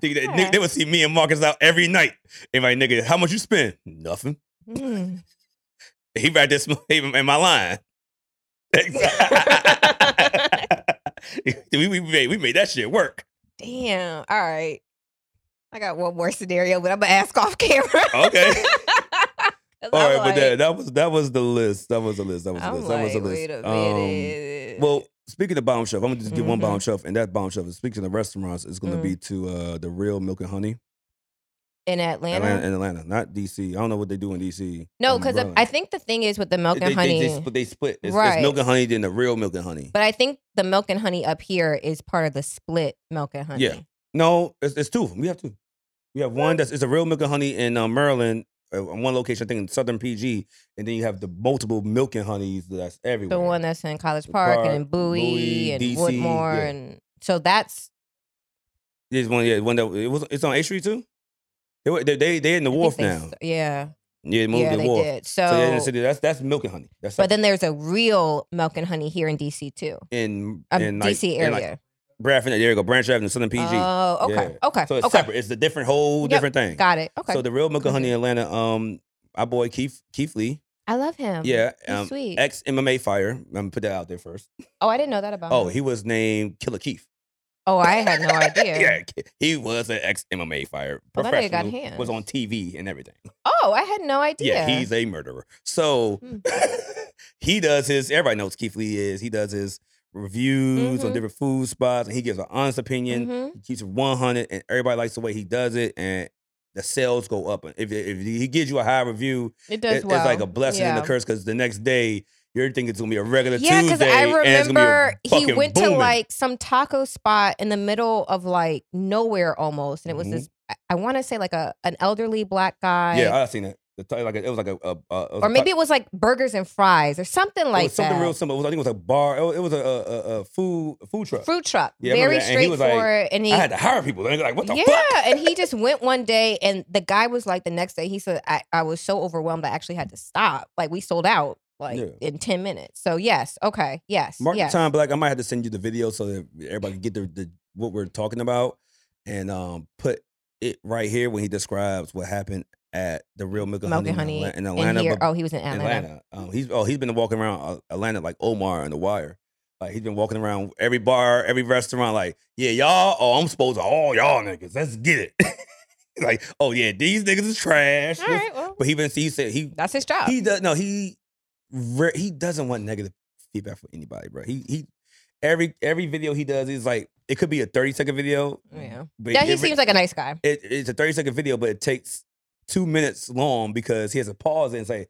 Think that-
okay.
They would see me and Marcus out every night. And my nigga, how much you spend? Nothing.
Hmm.
He right there sm- he in my line. we, we, made, we made that shit work.
damn all right i got one more scenario but i'm gonna ask off camera
Okay.
'Cause
All
I'm
right, but
like-
that, that was that was the list. That was the list. That was the
I'm
list.
like,
that was the list.
wait a
Um,
minute.
well, speaking of bomb shelf, I'm gonna just give one
Mhm.
bomb shelf, and that bomb shelf is speaking of restaurants, it's gonna
Mm.
be to uh the real milk and honey
in Atlanta,
Atlanta, in Atlanta, not DC. I don't know what they do in DC.
no,
I'm
because
Maryland.
I think the thing is with the milk
they,
and
they-
honey,
They, split, they split. It's,
Right.
it's milk and honey, then the real milk and honey.
but I think the milk and honey up here is part of the split milk and honey.
Yeah. No, it's, it's two. of 'em. We have two. We have one that's it's a real milk and honey in uh, Maryland, uh, on one location, I think in Southern PG, and then you have the multiple milk and honeys that's everywhere.
the one that's in College
The
Park,
park,
and in Bowie,
Bowie,
and
DC,
Woodmore,
yeah.
and so that's
There's one, yeah, one that it was. It's on A Street too. They were- they they, they in the
I think
wharf
they
now.
s- Yeah,
yeah, they moved
yeah,
the
they
wharf.
did.
So,
So,
yeah, in the city, that's that's milk and honey. That's
but
like
then there's a real milk and honey here in DC too,
in
um,
in like,
DC
in,
area.
like, Bradford. There you go, Branch Avenue, Southern PG.
Oh, okay,
Yeah.
okay,
so it's
okay.
separate. It's a different whole
Yep,
different thing.
Got it. Okay, Mm-hmm.
So the real milk and honey in Atlanta. Um, our boy Keith Keith Lee.
I love him.
Yeah,
he's
um,
sweet.
ex MMA fighter. I'm gonna put that out there first.
oh, I didn't know that about.
Oh,
him.
he was named Killer Keith.
Oh, I had no idea.
yeah, he was an ex MMA fighter.
Oh, that nigga got
professional,
hands.
Was on TV and everything.
Oh, I had no idea.
Yeah, he's a murderer. So
Hmm.
he does his. Everybody knows Keith Lee is. He does his reviews on
Mhm.
different food spots, and he gives an honest opinion.
Mhm.
He keeps it one hundred, and everybody likes the way he does it, and the sales go up. And If if he gives you a high review,
It
it-
does
it's
well.
like a blessing and a
Yeah.
curse because the next day you're thinking it's gonna be a regular
Yeah, because
Tuesday.
I
and it's gonna be
remember he
fucking
went to
booming.
like some taco spot in the middle of like nowhere almost, and it was
Mhm.
this. I- I want to say like a an elderly black guy.
yeah, I've seen that. the ti- like a- it was like a, a, a it was
or
a-
maybe it was like burgers and fries or something
it
like
was something
that.
real simple. It was, I think it was a bar. It was, it was a, a, a- a food food truck.
Fruit truck,
Yeah, I remember
very
that. And he was like,
straightforward, and he
I had to hire people. They're like, what the
yeah,
fuck?
and he just went one day, and the guy was like, the next day, he said, I, I was so overwhelmed, I actually had to stop. Like, we sold out like
Yeah.
in 10 minutes. So, yes, okay, yes.
Mark
yes.
the time black. I might have to send you the video so that everybody can get the, the what we're talking about and um put it right here when he describes what happened at the real milk and
Milk and
honey, in
honey
Atla- in
in
Atlanta.
here.
but-
Oh, he was in Atlanta.
Atlanta. Um, he's oh he's been walking around uh, Atlanta like Omar on The Wire. Like he's been walking around every bar, every restaurant. Like yeah, y'all. Oh, I'm supposed to all y'all niggas. Let's get it. like oh yeah, these niggas is trash.
All right, well,
But he been he said he
that's his job.
he does no he re- he doesn't want negative feedback from anybody, bro. He he every every video he does is like it could be a 30 second video.
yeah.
But
Yeah, he
it-
seems like a nice guy.
it, it's a 30 second video, but it takes two minutes long because he has to pause and say,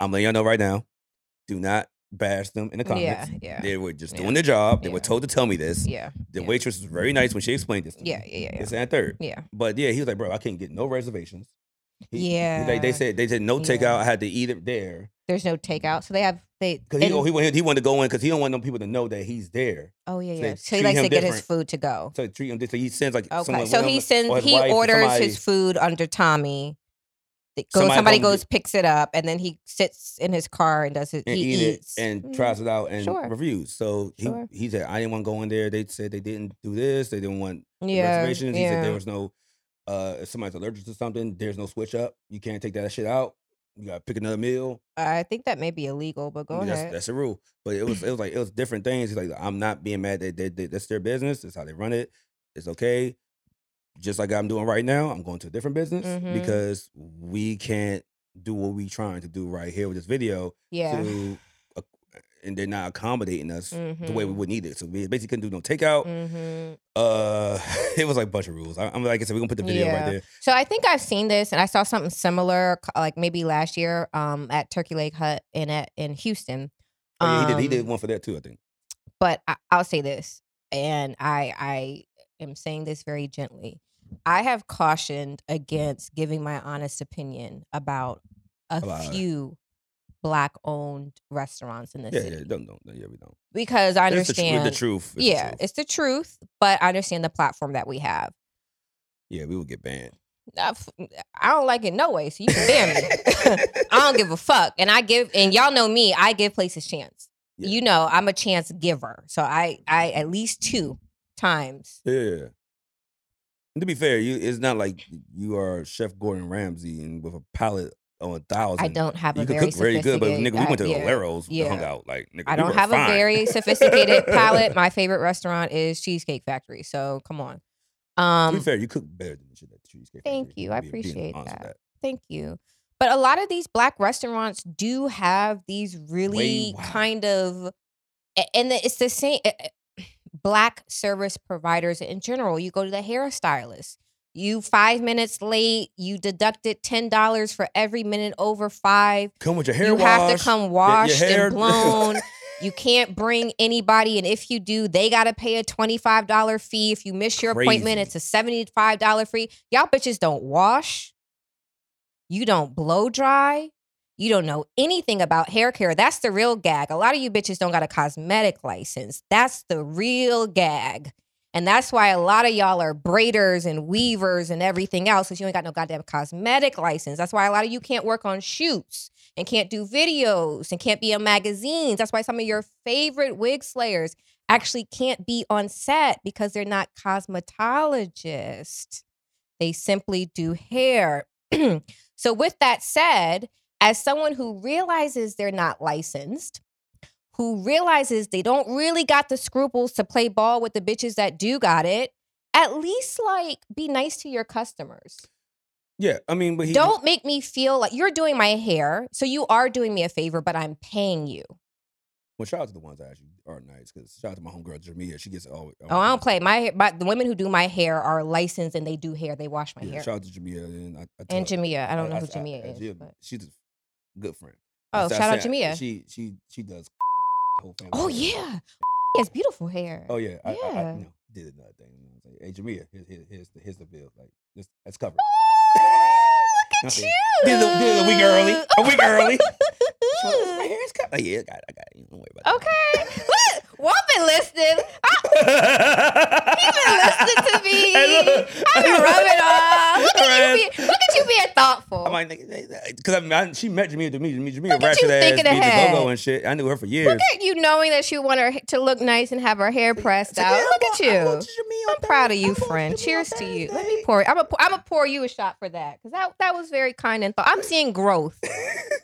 I'm letting y'all know right now, do not bash them in the
Yeah,
comments.
yeah.
They were just
Yeah.
doing their job. They were
Yeah.
told to tell me this.
Yeah.
The
yeah.
waitress was very nice when she explained this. to me.
Yeah, yeah, yeah,
This and that third.
yeah. Yeah.
But yeah, he was like, bro, I can't get no reservations. He- he- They, they
Yeah.
said they said no
Yeah.
takeout. I had to eat it there
There's no takeout. So they have, they,
because he,
and-
oh, he wanted he wanted to go in because he don't want them people to know that he's there.
oh, yeah,
so
yeah.
they
So he
treat
likes
him
to get his
different.
food to go.
So treat him. So he sends like
Okay,
someone.
so
one of
he
them-
sends
or his
he
wife or
orders
somebody.
his food under Tommy. That goes,
Somebody
somebody
go-
goes picks it up, and then he sits in his car and does his
and
he
eat
eats
it and
Mhm.
tries it out and
Sure.
reviews. So he,
Sure.
he said, I didn't want to go in there. They said they didn't do this. They didn't want
Yeah,
reservations. He said
yeah.
there was no, uh, if somebody's allergic to something, there's no switch up. You can't take that shit out. You got to pick another meal.
I think that may be illegal, but go
I mean,
ahead.
that's, that's a rule. But it was, it was like, it was different things. He's like, I'm not being mad. That they, they, that's their business. That's how they run it. It's okay. Just like I'm doing right now, I'm going to a different business
Mhm.
because we can't do what we trying to do right here with this video
yeah,
to, uh, and they're not accommodating us the way we
Mhm.
would need it. So we basically couldn't do no takeout.
Mhm.
Uh, it was like a bunch of rules. I, I'm like I said, we're gonna put the video
Yeah.
right there.
So I think I've seen this, and I saw something similar, c- like maybe last year, um, at Turkey Lake Hut in at in Houston.
Oh, yeah, he did. He
Um,
did one for that too. I think.
but I, I'll say this, and I I am saying this very gently. I have cautioned against giving my honest opinion about a
About-
few black owned restaurants in the
Yeah,
city
yeah. Don't don't. Yeah, we don't.
because I
It's the tr-
understand.
the, truth. It's the
yeah,
truth.
it's the truth, but I understand the platform that we have.
yeah. We will get banned.
I f- I don't like it no way, so you can ban me. I don't give a fuck, and I give, and y'all know me. I give places chance.
Yeah.
You know, I'm a chance giver, so I I at least two times
yeah. And to be fair, you it's not like you are Chef Gordon Ramsay and with a pallet on a thousand.
I don't have a
You can
very
cook very good, but nigga,
sophisticated-
we went to
I-
the
yeah.
Oleros. We hung
yeah.
out like nigga.
I
we
don't
were
have
fine.
a very sophisticated palate. My favorite restaurant is Cheesecake Factory. So come on.
to be
Um,
fair, you cook better than the shit at Cheesecake.
thank
Factory,
you. I
being- being
appreciate
honest with
that. thank you. But a lot of these black restaurants do have these really
wild.
kind of, a- and the- it's the same eh, eh, black service providers in general. You go to the hairstylist. You five minutes late. You deducted ten dollars for every minute over five.
Come with your hair
you
wash.
have to come washed
hair-
and blown. you can't bring anybody, and if you do, they gotta pay a twenty five dollar fee. If you miss your appointment,
Crazy.
it's a seventy five dollar fee. Y'all bitches don't wash. You don't blow dry. You don't know anything about hair care. That's the real gag. A lot of you bitches don't got a cosmetic license. That's the real gag. And that's why a lot of y'all are braiders and weavers and everything else because you ain't got no goddamn cosmetic license. That's why a lot of you can't work on shoots and can't do videos and can't be on magazines. That's why some of your favorite wig slayers actually can't be on set because they're not cosmetologists. They simply do hair. so, with that said, as someone who realizes they're not licensed, who realizes they don't really got the scruples to play ball with the bitches that do got it, at least like be nice to your customers.
Yeah, I mean, but he
Don't make me feel like you're doing my hair, so you are doing me a favor, but I'm paying you.
Oh, Well, shout out to the ones that actually are nice. Because shout out to my homegirl Jamia, she gets it all.
Oh, I don't play my hair. But the women who do my hair are licensed and they do hair. They wash my
Yeah,
hair.
Shout out to Jamia and I, I
And
tell-
Jamia, I don't know who
I-
Jamia
I-
is.
Jamia-
but-
she's a good friend.
Oh,
I- I
shout out
said-
Jamia.
She she she does. whole family
Oh
hair.
yeah, he has beautiful hair.
Oh yeah. I, I, I,
Yeah.
you know, did another thing. You know, I was like, hey Jamia, here, here, here's the here's the bill. Like this, that's covered.
Ooh, look at
nothing. Did it, did it a week early. A week early. So it's my hair's cut. Like, yeah, I got it. I got it. Don't worry about
okay. Look, well, I've been listening. I,
that.
You've been listening to me.
Hey, look.
I've been rubbing off. Look at you.
Right.
Be, look at you being thoughtful.
I'm like, because I mean, I, she met Jamie, Jamie, Jamie, Jamie,
Look at you
ratchet ass,
thinking
Jamie
ahead.
Go-Go and shit. I knew her for years.
look at you knowing that you want her to look nice and have her hair pressed
It's like,
out. look
yeah, I
at
want- I
you.
want Jamie on
I'm proud of
Thursday. I
you,
want
friend.
Jamie on
Cheers to you. Let me
Thursday.
pour. I'm a. I'm a pour you a shot for that because that that was very kind and thought. I'm seeing growth.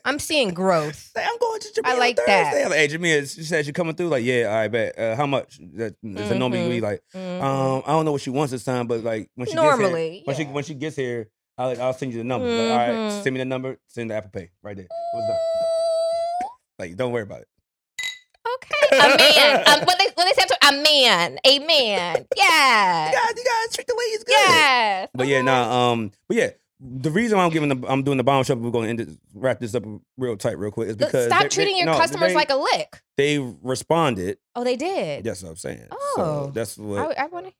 I'm seeing growth.
Say, I'm going to Jamaica.
I like
on
that.
Thursday. I'm like, hey, Jamaica, she said she coming through. Like, yeah, all right, bet. Uh, how much? That, it's a normally we like.
Mm.
Um, I don't know what she wants this time, but like when she
Normally,
gets here, when she
yeah.
when she gets here, I'll I'll send you the number. Like, all right,
Mhm.
send me the number. Send the Apple Pay right there. What's up? Like, don't worry about it.
okay, a man. Um, what they what they said to a man, a man.
You
Yeah,
guys, you guys treat the ladies good.
yes.
But yeah,
Okay.
nah. Um, but yeah, the reason why I'm giving the I'm doing the bombshell, we're going to end it, wrap this up real tight, real quick, is
Look,
because
Stop
they- they-
treating your
no,
customers
they-
like a lick.
they responded.
Oh, they did.
That's what I'm saying.
Oh.
so that's what.
I, I want to.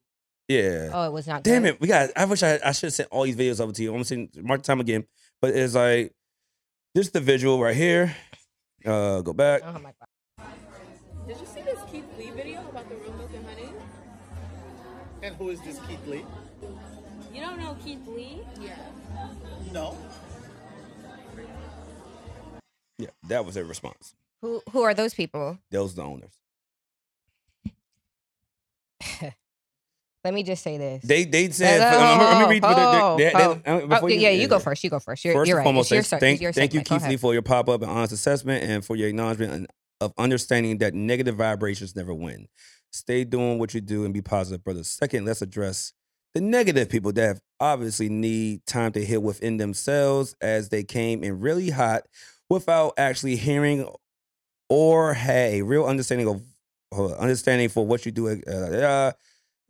yeah.
Oh, it was not.
Damn
good.
it, we got. I wish I, I should have sent all these videos over to you. I'm gonna send mark the time again, but it's like this is the visual right here. Uh, go back.
Oh my god.
Did you see this Keith Lee video about the real milk and honey?
And who is this Keith Lee?
You don't know Keith Lee? Yeah.
No.
Yeah, that was their response.
Who who are those people?
Those the owners.
Let me just say this.
They they said.
Oh,
I'm, gonna- let me read. what
oh,
they, they,
oh.
they- uh,
Oh,
before
yeah, you go
yeah.
first. You go first. You're,
First
you're
and
right.
foremost,
It's your
thank,
cer-
thank,
your
thank you,
segment. Go
Keith Lee,
ahead.
for your pop up and honest assessment and for your acknowledgement and- of understanding that negative vibrations never win. Stay doing what you do and be positive, brother. Second, let's address the negative people that have obviously need time to heal within themselves as they came in really hot without actually hearing or had a real understanding of hold on, understanding for what you do. Uh, uh,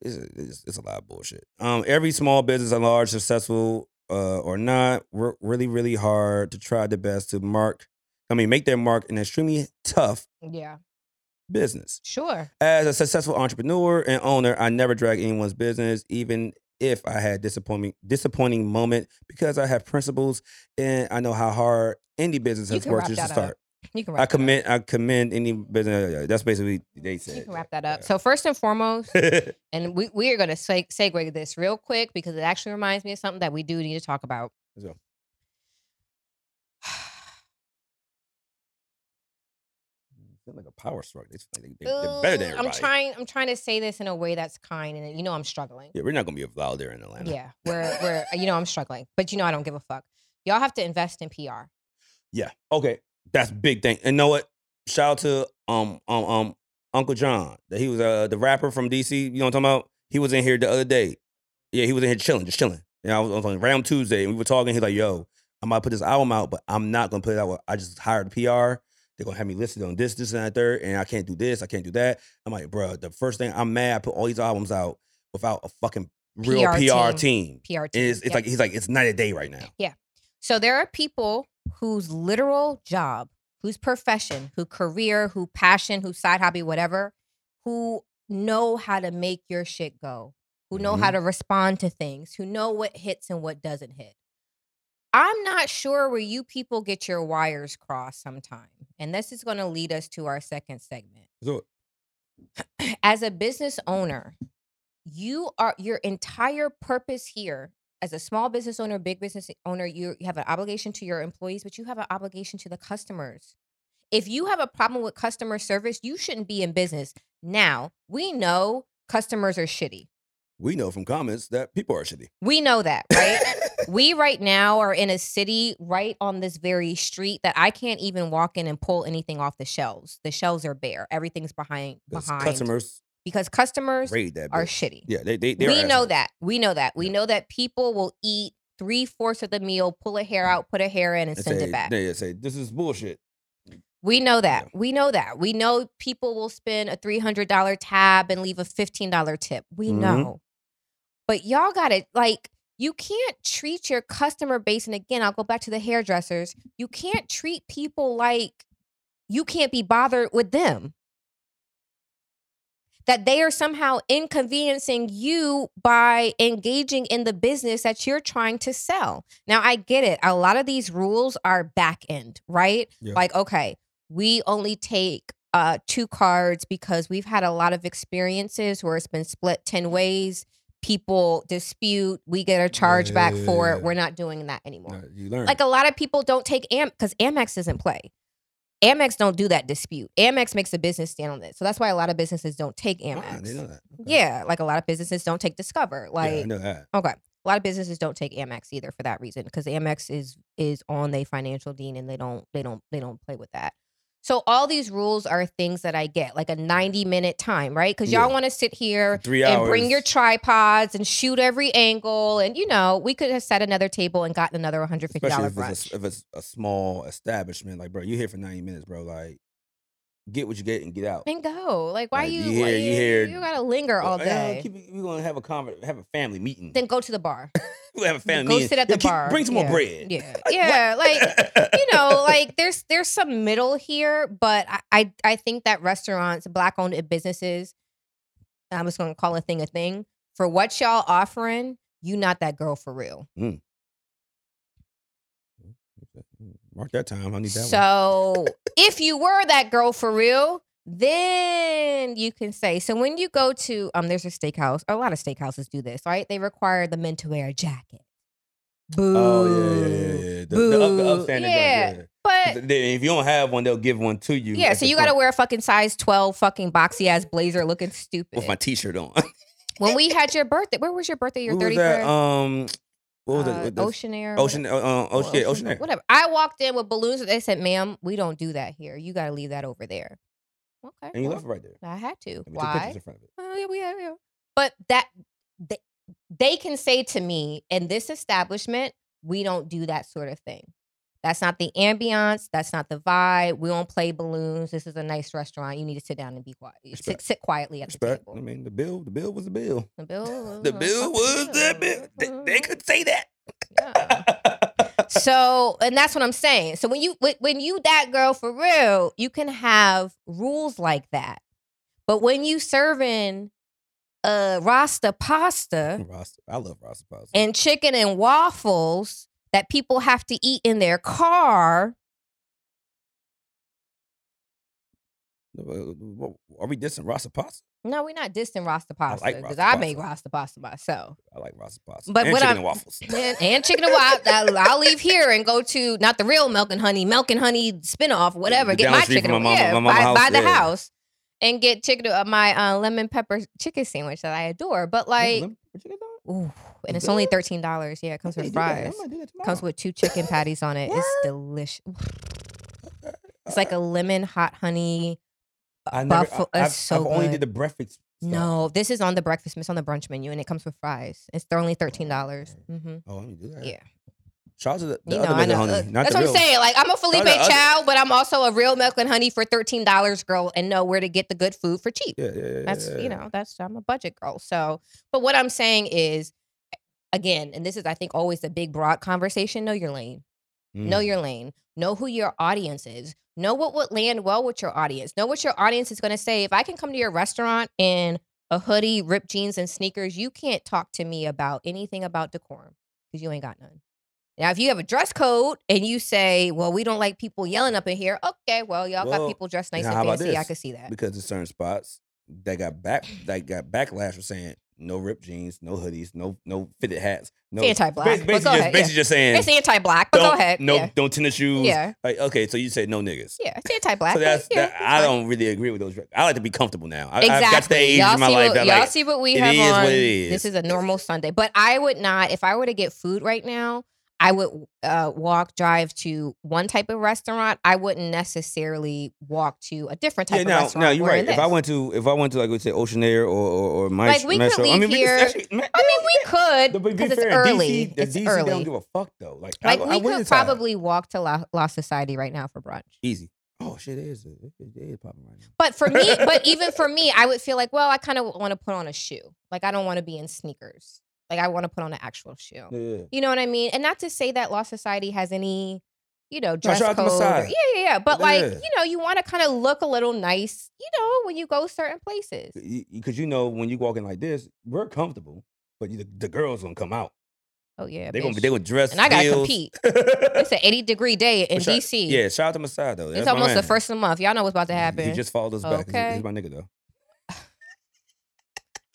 it's, it's, it's a lot of bullshit. Um, every small business, a large, successful uh, or not, work really, really hard to try their best to mark. I mean, make their mark in an extremely tough
Yeah,
business.
sure.
As a successful entrepreneur and owner, I never drag anyone's business, even if I had disappointing disappointing moment, because I have principles and I know how hard any business
You
has
can
worked
wrap
just to
that up.
start.
You can. Wrap
I
that up.
commend I commend any business. yeah, yeah, That's basically what they
You
said.
can wrap that up. So first and foremost, and we, we are going to seg- segue this real quick because it actually reminds me of something that we do need to talk about.
Let's go. Feel like a power stroke. They, they, they, they're better than
Ooh,
everybody.
I'm trying. I'm trying to say this in a way that's kind, and you know I'm struggling.
Yeah, we're not gonna be allowed there in Atlanta.
Yeah, where where you know I'm struggling, but you know I don't give a fuck. Y'all have to invest in PR.
Yeah. Okay. That's big thing. And know what? Shout out to um um um Uncle John. That he was uh the rapper from DC. You know what I'm talking about? He was in here the other day. Yeah, he was in here chilling, just chilling. And I was, I was on Ram Tuesday, and we were talking. He's like, "Yo, I'm about to put this album out, but I'm not gonna put it out. I just hired a PR. They're gonna have me listed on this, this, and that third, and I can't do this, I can't do that." I'm like, "Bruh, the first thing I'm mad. I put all these albums out without a fucking real
PR team.
PR, team.
PR.
And
team.
it's, it's
Yeah.
like he's like it's night and day right now.
So there are people whose literal job, whose profession, whose career, whose passion, whose side hobby, whatever, who know how to make your shit go, who know how to respond to things, who know what hits and what doesn't hit. I'm not sure where you people get your wires crossed sometime. And this is going to lead us to our second segment
So
as a business owner, you are your entire purpose here as a small business owner, big business owner, you, you have an obligation to your employees, but you have an obligation to the customers. If you have a problem with customer service, you shouldn't be in business. Now, we know customers are shitty.
we know from comments that people are shitty.
We know that, right? we right now are in a city right on this very street that I can't even walk in and pull anything off the shelves. The shelves are bare. Everything's behind
Because
behind
customers
because customers
raid that.
are
bitch.
shitty.
Yeah, they they they're
We know
assholes.
that. We know that. We
Yeah.
know that people will eat three fourths of the meal, pull a hair out, put a hair in, and
They
send
say,
it back.
They say this is bullshit.
we know that.
Yeah.
We know that. We know people will spend a three hundred dollar tab and leave a fifteen dollar tip. We
Mhm.
know. But y'all got to like you can't treat your customer base. And again, I'll go back to the hairdressers. You can't treat people like you can't be bothered with them. that they are somehow inconveniencing you by engaging in the business that you're trying to sell. Now, I get it. A lot of these rules are back end, right?
Yeah.
Like, okay, we only take uh, two cards because we've had a lot of experiences where it's been split 10 ways. People dispute, we get a charge back
yeah,
for
yeah,
it.
yeah.
We're not doing that anymore.
Nah, you learn.
Like a lot of people don't take Am because Amex doesn't play. Amex don't do that dispute. Amex makes a business stand on it. So that's why a lot of businesses don't take
Ah,
Amex.
they know that. Okay.
yeah, like a lot of businesses don't take Discover.
Yeah, I
Like
know that.
okay, a lot of businesses don't take Amex either for that reason because Amex is is on their financial dean and they don't they don't they don't play with that. So all these rules are things that I get like a 90 minute time, right? Cuz y'all
Yeah.
want to sit here
Three hours.
and bring your tripods and shoot every angle and you know, we could have set another table and gotten another $150
Especially if
brunch.
it's, a, if it's a small establishment, like bro, you here for ninety minutes, bro. Like, get what you get and get out.
and go. Like, why
Like,
you?
you
why
here, you here.
You gotta linger all day.
we're gonna have a conver- have a family meeting.
then go to the bar.
we have a family
go
meeting.
sit at the
Yo, keep-
bar.
Bring some
Yeah.
more bread.
Yeah, yeah. Like, you know, like there's there's some middle here, but I I, I think that restaurants, black owned businesses, I'm just gonna call a thing a thing. For what y'all offering, you not that girl for real.
mark that time. I need that one.
So if you were that girl for real, then you can say. So when you go to um, there's a steakhouse. A lot of steakhouses do this, right? They require the men to wear a jacket. Boo.
Oh yeah, yeah, yeah, yeah. The, the, up, the
Boo.
upstanding joint,
Yeah.
yeah.
But
Th- they- If you don't have one, they'll give one to you.
yeah,
at
so
the
you got to
front
wear a fucking size twelve fucking boxy ass blazer, looking stupid.
with my T-shirt on.
when we had your birthday, where was your birthday? Your Uh,
what was
thirty
that?
first.
Um, what was it? The-
Ocean Air.
Ocean, uh, uh,
whatever-
ocean, ocean, Air.
Whatever. I walked in with balloons. They said, "Ma'am, we don't do that here. You got to leave that over there." Okay.
and you
well,
left it right there.
I had to.
And we took
Why?
pictures in front of it.
oh yeah, we have, yeah. But that they, they can say to me in this establishment, we don't do that sort of thing. That's not the ambiance. That's not the vibe. We don't play balloons. This is a nice restaurant. You need to sit down and be quiet. Sit,
Respect.
sit quietly at
Respect.
the
I
table.
mean, the bill, the bill was the bill.
The bill.
The bill was the bill. They, they could say that.
Yeah. so and that's what i'm saying so when you when- when you that girl for real you can have rules like that but when you serving uh rasta pasta
Ross, I love Ross Pause.
and chicken and waffles that people have to eat in their car
uh, are we dissing Ross Pasta?
no we're not dissing rasta pasta
like
because
Rasta
I,
pasta.
make rasta pasta myself
I like Ross Pasta.
But
and
what
chicken
I'm-
and waffles.
and, and chicken and waffles I'll, I'll leave here and go to not the real milk and honey milk and honey spinoff whatever
the
get
down
my
the street
chicken
from my mama-
yeah,
my mama
by,
house,
by the
yeah.
house and get chicken uh, my uh, lemon pepper chicken sandwich that i adore but like ooh, and it's only $13 yeah it comes with fries comes with two chicken patties on it it's
What?
delicious it's like a lemon hot honey
I
buffalo-
I, I've,
it's so
I've only
good.
did the breakfast. stuff.
no this is on the breakfast it's on the brunch menu and it comes with fries it's only $13 dollars hmm
Oh, let me do that.
yeah
Shout out to the, the
You
other
know, I
Milk
know.
and
uh,
Honey. Not
That's
the
what
real.
I'm saying. Like I'm a Felipe
the other-
Chow, but I'm also a real milk and honey for thirteen dollars, girl, and know where to get the good food for cheap.
Yeah, yeah, yeah.
That's
yeah.
you know, that's I'm a budget girl. So, but what I'm saying is, again, and this is I think always the big broad conversation. Know your lane. Know
Mm.
your lane. Know who your audience is. Know what would land well with your audience. Know what your audience is going to say. If I can come to your restaurant in a hoodie, ripped jeans, and sneakers, you can't talk to me about anything about decorum because you ain't got none. Now, if you have a dress code and you say, "Well, we don't like people yelling up in here," okay, well, y'all got
Well,
people dressed nice
now
and
how about
fancy. I
this?
could see that.
because in certain spots they got back they got backlash for saying no ripped jeans, no hoodies, no no fitted hats, no
It's anti-black,
bas-
but
Basically,
go
just,
ahead,
basically
yeah.
just saying
It's anti-black, but
don't,
go ahead.
no
yeah,
don't tennis shoes.
yeah,
Like, okay, so you say no niggas.
yeah. It's anti-black.
So
but
that's
yeah,
that,
it's
I
fine.
don't really agree with those. I like to be comfortable now. I,
Exactly.
I've got to the age
y'all
in my
see
life
what,
that
y'all
like
see what we
it
have
is what
on.
it
This is
is.
a normal Sunday, but I would not. If I were to get food right now, I would uh, walk drive to one type of restaurant. I wouldn't necessarily walk to a different type
yeah,
of
now,
restaurant.
now you're
we're
right.
in
If I
this.
went to, if I went to like we say Oceanair or or, or
Like,
Maestro,
we could
Maestro- I
leave
mean, we could-
here-
actually, ma-
I mean, we
But
could
be
because it's
fair,
early.
DC, the
it's
DC
early.
don't give a fuck though. Like,
like we
I, I went
could
inside.
probably walk to La, La Society right now for brunch.
easy. Oh shit, it is. It it- it is popping right now.
But for me, but even for me, I would feel like, well, I kind of want to put on a shoe. Like I don't want to be in sneakers. Like I want to put on an actual shoe.
Yeah.
You know what I mean? And not to say that Law Society has any, you know,
No,
dress
shout out to
code. or-
Masai.
yeah, yeah, yeah. But like,
Yeah.
you know, you want to kind of look a little nice, you know, when you go certain places.
because you know when you walk in like this, we're comfortable, but you, the, the girls gonna come out.
Oh yeah,
They gonna
bitch.
they gonna dress.
and I gotta
heels.
compete. It's an 80 degree day in
But shout-
DC.
Yeah, shout out to Masai though.
it's almost the first of the month. Y'all know what's about to happen.
He just followed us back. He's-
Okay.
He's, my nigga though.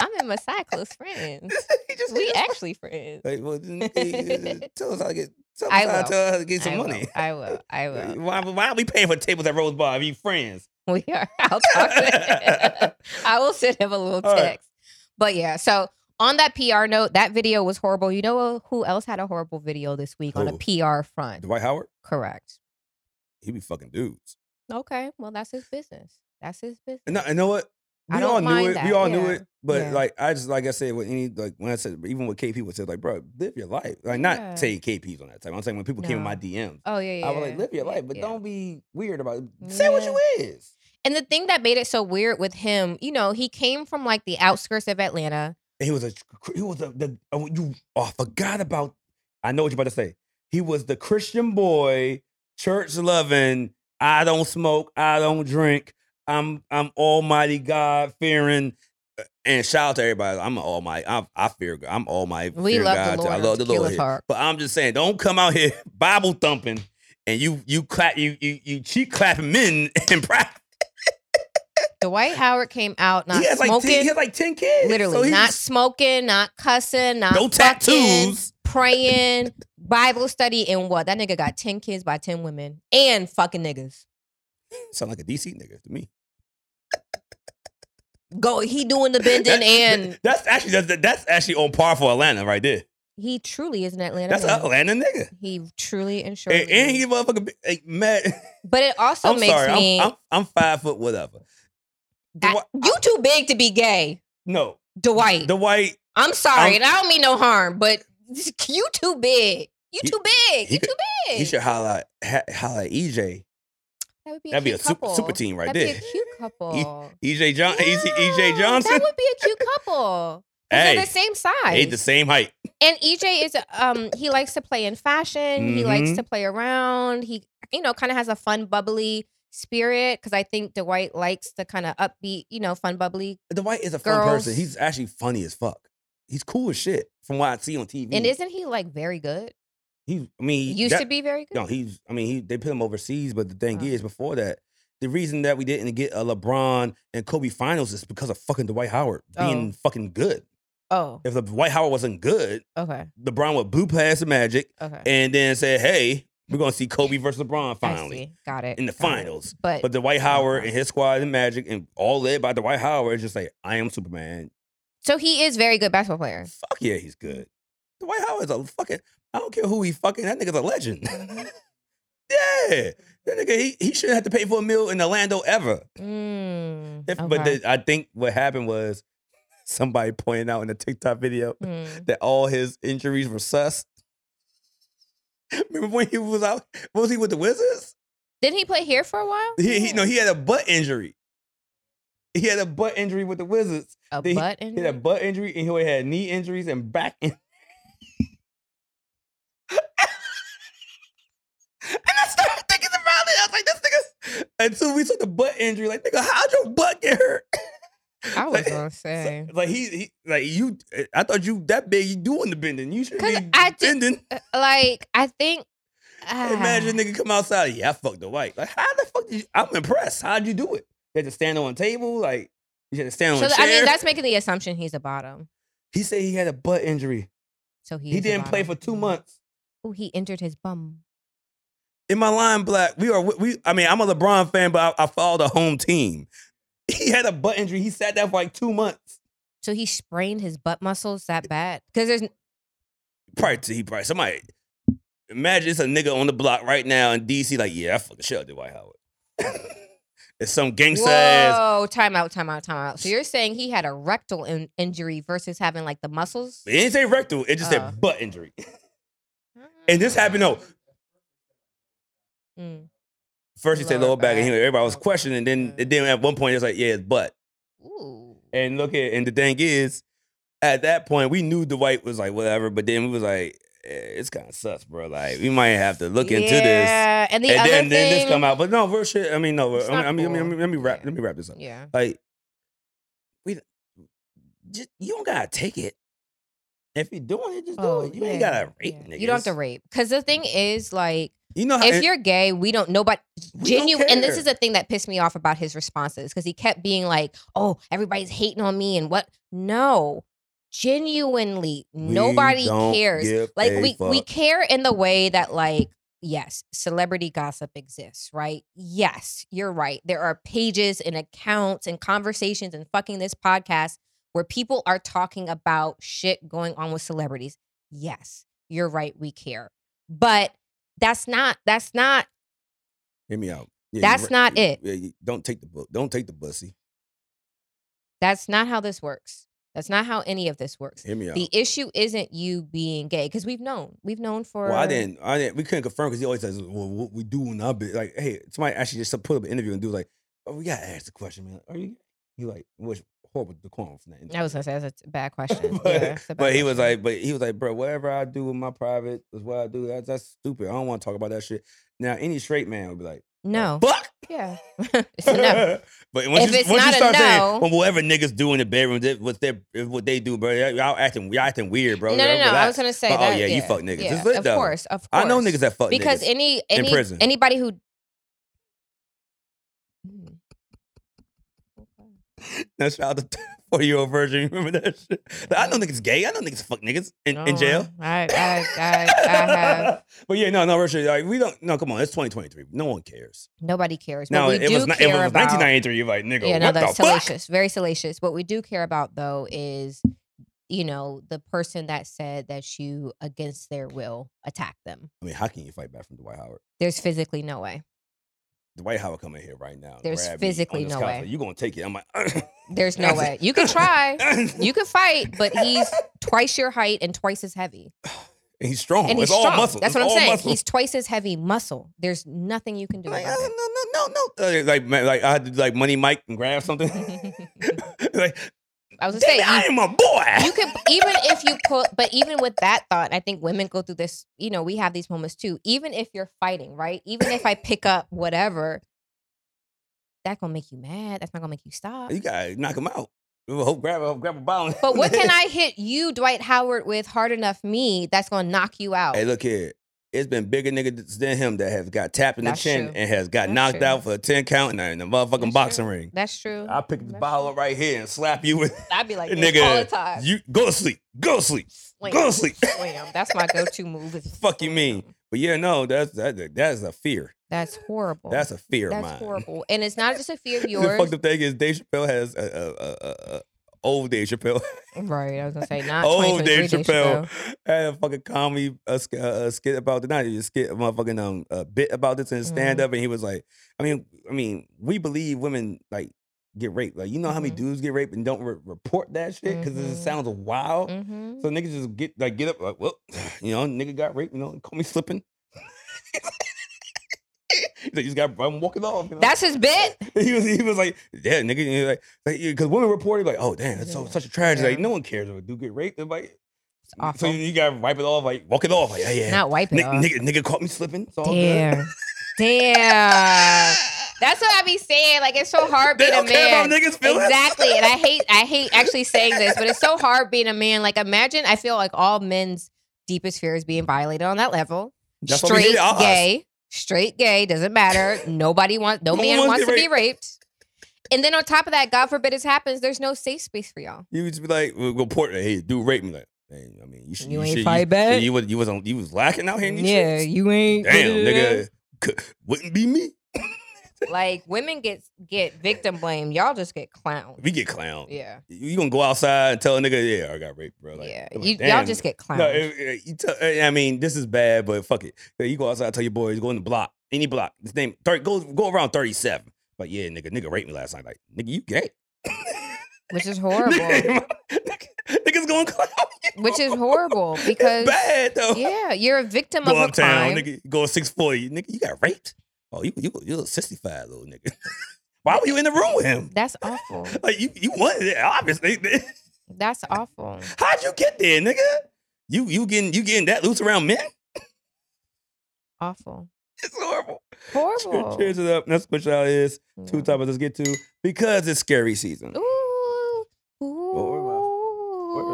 I'm in Masai close friends.
he just
we actually friends.
Like, well, then, eh, tell us how to get. Tell us
I
how
will.
to, tell us how to get some
I
money. Eh,
Will, I will. I will.
Why, why are we paying for tables at Rose Bar? if you friends.
We are. I'll talk to him. I will send him a little
All
text.
right.
But yeah, so on that PR note, that video was horrible. You know uh, who else had a horrible video this week on a
Who?
PR front?
Dwight Howard,
Correct.
he be fucking dudes.
Okay. Well, that's his business. That's his business.
And no, you know what?
I
We
don't
all
mind
knew it.
that,
We all
yeah,
knew it. But
yeah.
like I just like I said, with any like when I said even with KP was said like, bro, live your life. Like not
Yeah.
say KP's on that type. I'm saying when people came in my
No.
DMs,
Oh yeah, yeah.
I was like,
yeah,
live your
yeah,
life, but
yeah.
don't be weird about it. Say what
Yeah.
you is.
And the thing that made it so weird with him, you know, he came from like the outskirts of Atlanta.
And he was a cr- he was a the oh, you oh, I forgot about I know what you're about to say. He was the Christian boy, church loving, I don't smoke, I don't drink, I'm I'm almighty God fearing. uh, And shout out to everybody. I'm an almighty. I, I fear God. I'm almighty.
We
fear
love the
God. too.
Lord.
I
on
love the
Tequila
Lord. here.
Park.
But I'm just saying, don't come out here Bible thumping and you you clap you you you cheek clapping men in private.
Dwight Howard came out not
He has like
smoking.
ten, he has like ten kids.
literally
So he
not
just-
smoking, not cussing, not
no
fucking,
tattoos.
praying, Bible study, and what? That nigga got ten kids by ten women and fucking niggas.
Sound like a DC nigga to me.
Go, he doing the bending and
that's actually that's, that's actually on par for Atlanta right there.
he truly is an Atlanta.
That's an
man.
Atlanta nigga,
He truly and surely.
and, and
is.
he motherfucking big- like, mad.
but it also
I'm
makes
sorry,
me.
I'm, I'm I'm five foot whatever.
I-
Dwight-
you too big to be gay,
No,
Dwight.
the white
I'm sorry,
I'm-
and I don't mean no harm, but you too big. You
He-
too big.
he
you
could-
too big.
he should holla ha, holla at EJ.
that would be a,
That'd be a
cute
super,
couple.
super team right
That'd
there.
be a cute couple.
EJ John E EJ,
Yeah,
EJ Johnson.
That would be a cute couple. 'Cause
Hey,
They're the same
they
size.
the same height.
and EJ is um he likes to play in fashion. He likes
Mhm.
to play around. He you know kind of has a fun bubbly spirit because I think Dwight likes the kind of upbeat you know fun bubbly.
The white is a fun
Girls.
person. He's actually funny as fuck. He's cool as shit from what I see on TV.
And isn't he like very good?
Mm. he? I mean,
Used
that-
to be very good.
No, he's. I mean, he they put him overseas, but the thing
Oh.
is, before that, the reason that we didn't get a LeBron and Kobe finals is because of fucking Dwight Howard being fucking good.
oh,
If the Dwight Howard wasn't good,
okay,
LeBron would blew past the Magic
okay.
and then said, "Hey, we're gonna see Kobe versus
I
LeBron finally."
see. got it
in the
got it.
finals,
But,
But the Dwight Howard and his squad and Magic and all led by Dwight Howard is just like, "I am Superman."
so he is very good basketball player.
Fuck yeah, he's good. Dwight Howard's a fucking. I don't care who he fucking. That nigga's a legend.
Mm-hmm.
yeah, that nigga. He, he shouldn't have to pay for a meal in Orlando ever.
Mm,
If- But
okay.
the, I think what happened was somebody pointed out in a TikTok video
Mm.
that all his injuries were sus. Remember when he was out? What was he with the Wizards?
Didn't he play here for a while?
He, he no,
Yeah.
he had a butt injury. He had a butt injury with the Wizards.
a
they-
butt
He had a
injury?
butt injury and he had knee injuries and back injuries. and I started thinking about it. I was like, this nigga. Until we saw the butt injury, like, nigga, how'd your butt get hurt?
I was
like,
gonna
so-
say.
like he, he, like you. I thought you that big. You doing the bending. You should
'Cause
be
I did-
bending.
Uh, like I think. ah,
Imagine nigga come outside. Yeah, I fucked the white. Like how the fuck? Did you, I'm impressed. How'd you do it? You had to stand on a table. Like you had to stand on
So
a
th-
chair.
I mean, that's making the assumption he's a bottom.
he said he had a butt injury.
So he
He didn't play for two months.
Oh, he injured his bum.
in my line black, we are we. I mean, I'm a LeBron fan, but I, I follow the home team. He had a butt injury. He sat down for like two months.
So he sprained his butt muscles that bad because there's
Probably to he probably somebody. Imagine it's a nigga on the block right now in DC. Like, yeah, I fucking shut up, Dwight Howard. it's some gangsta ass.
whoa time out time out time out. So you're saying he had a rectal in- injury versus having like the muscles?
It didn't say rectal. It just
Uh.
said butt injury. And this happened. oh. No,
Mm.
first he said
Lower
lower back, and he,
back.
everybody was questioning. And then, and then at one point it's like, yeah, it's butt.
Ooh.
And look at and the thing is, at that point we knew Dwight was like whatever, but then we was like, eh, it's kind of sus, bro. Like we might have to look into this,
yeah. and the
and
other
then, then
thing,
this come out. But no, real shit. I mean, no.
It's
I
not
mean, I mean, I
cool.
mean, let me wrap.
Yeah.
Let me wrap this up.
yeah,
Like we, just, you don't gotta take it. If you're doing it, just do it. You ain't gotta rape
Oh, yeah.
niggas. Uh,
You don't have to rape because the thing is, like,
You know how
if
and-
you're gay, we don't nobody
We don't
genuine. And this
care.
is the thing that pissed me off about his responses because he kept being like, "Oh, everybody's hating on me," and what? No, genuinely,
We
nobody
don't
cares.
give
like
a
we we
fuck.
care in the way that like yes celebrity gossip exists right yes you're right there are pages and accounts and conversations and fucking this podcast where people are talking about shit going on with celebrities yes you're right we care but that's not that's not
Hear me out. Yeah, you
That's
right.
not it.
Yeah, you- don't take the book. Don't take the bussy.
that's not how this works that's not how any of this works
Hear me out.
the issue isn't you being gay because we've known we've known for
Well, I didn't. I didn't. We couldn't confirm because he always says, "Well, what we do when I be like, hey, somebody actually just put up an interview and do like, oh, we gotta ask the question, man. Are you? You like, which horrible decorum from that.
I was gonna say that's a bad question.
but,
Yeah, it's a bad
but he was
question.
like, but he was like, bro, whatever I do with my private is what I do. That's that's stupid. I don't want to talk about that shit. Now, any straight man would be like,
no,
fuck.
yeah, it's a no.
but once
If
you,
it's
once you
not a
start
no-
saying, well, whatever niggas do in the bedroom, that- what they what they do, bro, y'all acting y'all acting weird, bro.
No, no, no. I was
Relax.
gonna say
But, oh,
that.
yeah, you fuck niggas.
Yeah,
It's lit,
of
though.
course, of course.
I know niggas that fuck
because
niggas.
any any
prison.
anybody who. Mm.
That's how the four year old version. You remember that shit? Like, I know niggas gay. I know niggas fuck niggas in, in
Oh,
jail.
I, I, I, I have
but yeah, no, no, Richard. Like, we don't. No, come on. It's 2023. No one cares.
nobody cares.
Now,
what
if
we
it
do
was, ni- if it
care
was
about,
1993, you're like, nigga,
yeah, no,
what
that's
the fuck?
salacious, very salacious. What we do care about though is, you know, the person that said that you against their will attack them.
I mean, how can you fight back from Dwight Howard?
There's physically no way.
Dwight Howard coming here right now. and
There's
grab me on
physically
this
no
couch,
way.
like, you gonna take it? I'm like,
There's no way. You can try. You can fight, but he's twice your height and twice as heavy.
And he's strong.
and he's
Oh, it's
strong.
all muscle.
That's
It's
what I'm
all
saying.
muscle.
He's twice as heavy muscle. There's nothing you can do
like,
about
uh,
it.
no, no, no, no. Uh, Like, man, like I had to like money Mike and grab something. like,
I was gonna
Damn
say
it, I
you,
am a boy.
you could even if you put, but even with that thought, and I think women go through this. You know, we have these moments too. Even if you're fighting, right? Even if I pick up whatever, that gonna make you mad. That's not gonna make you stop.
You gotta knock him out. Hope grab, hope grab a ball.
But what can I hit you, Dwight Howard, with hard enough me that's gonna knock you out?
Hey, look here. It's been bigger niggas than him that has got tapped in
That's
the chin
true.
and has got
That's
knocked
true.
out for a ten count in a- in a motherfucking
That's
boxing
true.
ring.
That's true.
I pick the
That's
bottle
true.
up right here and slap you with.
I'd be like, this
nigga,
all the time.
You go to sleep. Go to sleep.
Slam,
Go to sleep.
slam. That's my go-to move. is
Fuck you mean.
slam.
But yeah, no, that's that, that's a fear.
That's horrible.
That's a fear
That's
of mine.
horrible. And it's not just a fear of
The
yours.
fucked up thing is Dave Chappelle has a, a, a, a, a old Dave Chappelle.
Right. I was gonna say not
old
2023
Oh, Dave Chappelle had a fucking comedy uh, sk- uh, uh, skit about the night. He skit a motherfucking um uh, bit about this in
Mhm.
stand up, and he was like, I mean, I mean, we believe women like get raped. Like you know how many
Mhm.
dudes get raped and don't re- report that shit because it
Mhm.
just sounds wild.
Mm-hmm.
So niggas just get like get up like well, you know, nigga got raped. You know, call me slipping. He's like, you just got. I'm walking off. you know?
That's his bit.
he was he was like, yeah, nigga, you know, like, like, because women reported like, oh damn, that's so
Yeah.
such a tragedy. Like,
Yeah.
no one cares if a dude get raped. They're Like, so
awful.
you, you gotta wipe it off, like walk it off, like yeah, yeah.
Not wipe it
Ni-
off.
nigga, nigga caught me slipping. It's all good. Ah.
Damn. Damn. That's what I be saying. Like it's so hard
They
being a
don't care about
man.
niggas' feelings.
Exactly. And I hate I hate actually saying this, but it's so hard being a man. Like imagine I feel like all men's deepest fear is being violated on that level.
That's why we
straight
hate ours.
gay, straight gay doesn't matter. Nobody wants no
No
man
one
wants
wants
to
to
be raped. And then on top of that, God forbid this happens, there's no safe space for y'all.
You would just be like, we'll report it. Hey, dude, rape me. Like, hey, I mean, you should.
You ain't
should-
fight
you,
back?
You was you was on, you was lacking out here. In these streets?
you ain't.
Damn, nigga, could, wouldn't be me.
Like women get get victim blame. Y'all just get clowned.
We get clown.
Yeah,
You gonna go outside and tell a nigga, yeah, I got raped, bro. Like,
yeah.
I'm
You,
like,
y'all
damn.
just get clowned.
No, it- it- you tell- eh, I mean, this is bad, but fuck it. You go outside, tell your boys, go in the block, any block. This name, 30, go go around 37. But yeah, nigga, nigga raped me last night. Like, nigga, you gay.
which is horrible.
Nigga, nigga, niggas going clown. you.
which is horrible because
it's bad though.
yeah, you're a victim
go
of a crime.
uptown, nigga, go 640. Nigga, you got raped? Oh, you you you a 65 little nigga. Why were you in the room with him?
That's awful.
Like you you wanted it, eh, obviously.
That's awful.
How'd you get there, nigga? You you getting you getting that loose around men?
Awful.
It's horrible.
Horrible.
Cheers it up. That's what y'all is. Two
Yeah.
topics. Let's get to because it's scary season.
Ooh.
where my- where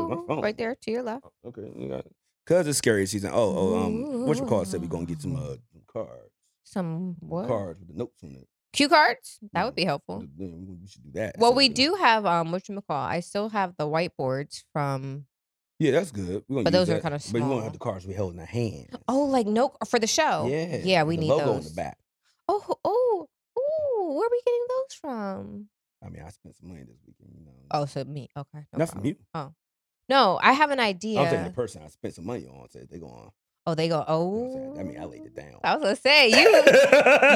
is my
Ooh.
phone?
Right there to your left.
Okay, you got because it's scary season. Oh, oh, um, what you call it? Said we gonna get some uh some cards,
Some what?
cards with the notes on it.
Cue cards? That
Yeah.
would be helpful.
Yeah, we we should do that.
Well,
So,
we
yeah.
do have um whatchamacall. I still have the whiteboards from
Yeah, that's good. We're gonna
But
use
those are
that.
kinda
But you won't
small.
have the cards we held in our hand.
Oh, like no for the show.
yeah,
Yeah, we
the
need
logo on
those.
the back.
Oh, ho- oh, oh, where are we getting those from?
I mean, I spent some money this weekend. You know,
Oh, so me. Okay. No
not from
problem.
you.
No, I have an
I'm saying the
idea.
person I spent some money on said they're going.
Oh, they go,
You know
oh.
what I'm saying? I mean, I laid it down.
I was going to say, Oh, you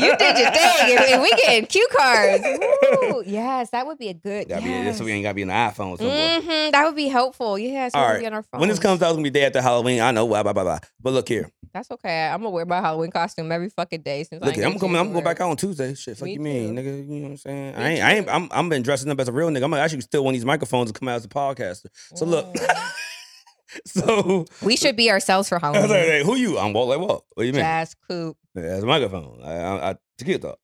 you did your thing, and, and we getting cue cards. Woo. Yes, that would be a good.
Gotta be-
Yes.
that's why we ain't gotta be in the iPhone somewhere.
hmm that would be helpful. Yes, we
All
would
right,
be on our phone.
When this comes out, it's gonna be day after Halloween. I know, blah blah blah blah. But look here,
that's okay. I'm gonna wear my Halloween costume every fucking day since
look
I
here. I'm coming. I'm going back out on Tuesday. Shit, fuck
Me
you, mean,
too.
nigga. You know what I'm saying?
Me
I ain't. I ain't. I'm. I'm been dressing up as a real nigga. I'm actually still one of these microphones to come out as a podcaster. So look.
Mm.
so
we should be ourselves for
I was like,
Halloween.
hey, who you? I'm Walt like Walt. What do you mean?
Jazz Coop.
Yeah, That's a microphone. I, I, I tequila talk.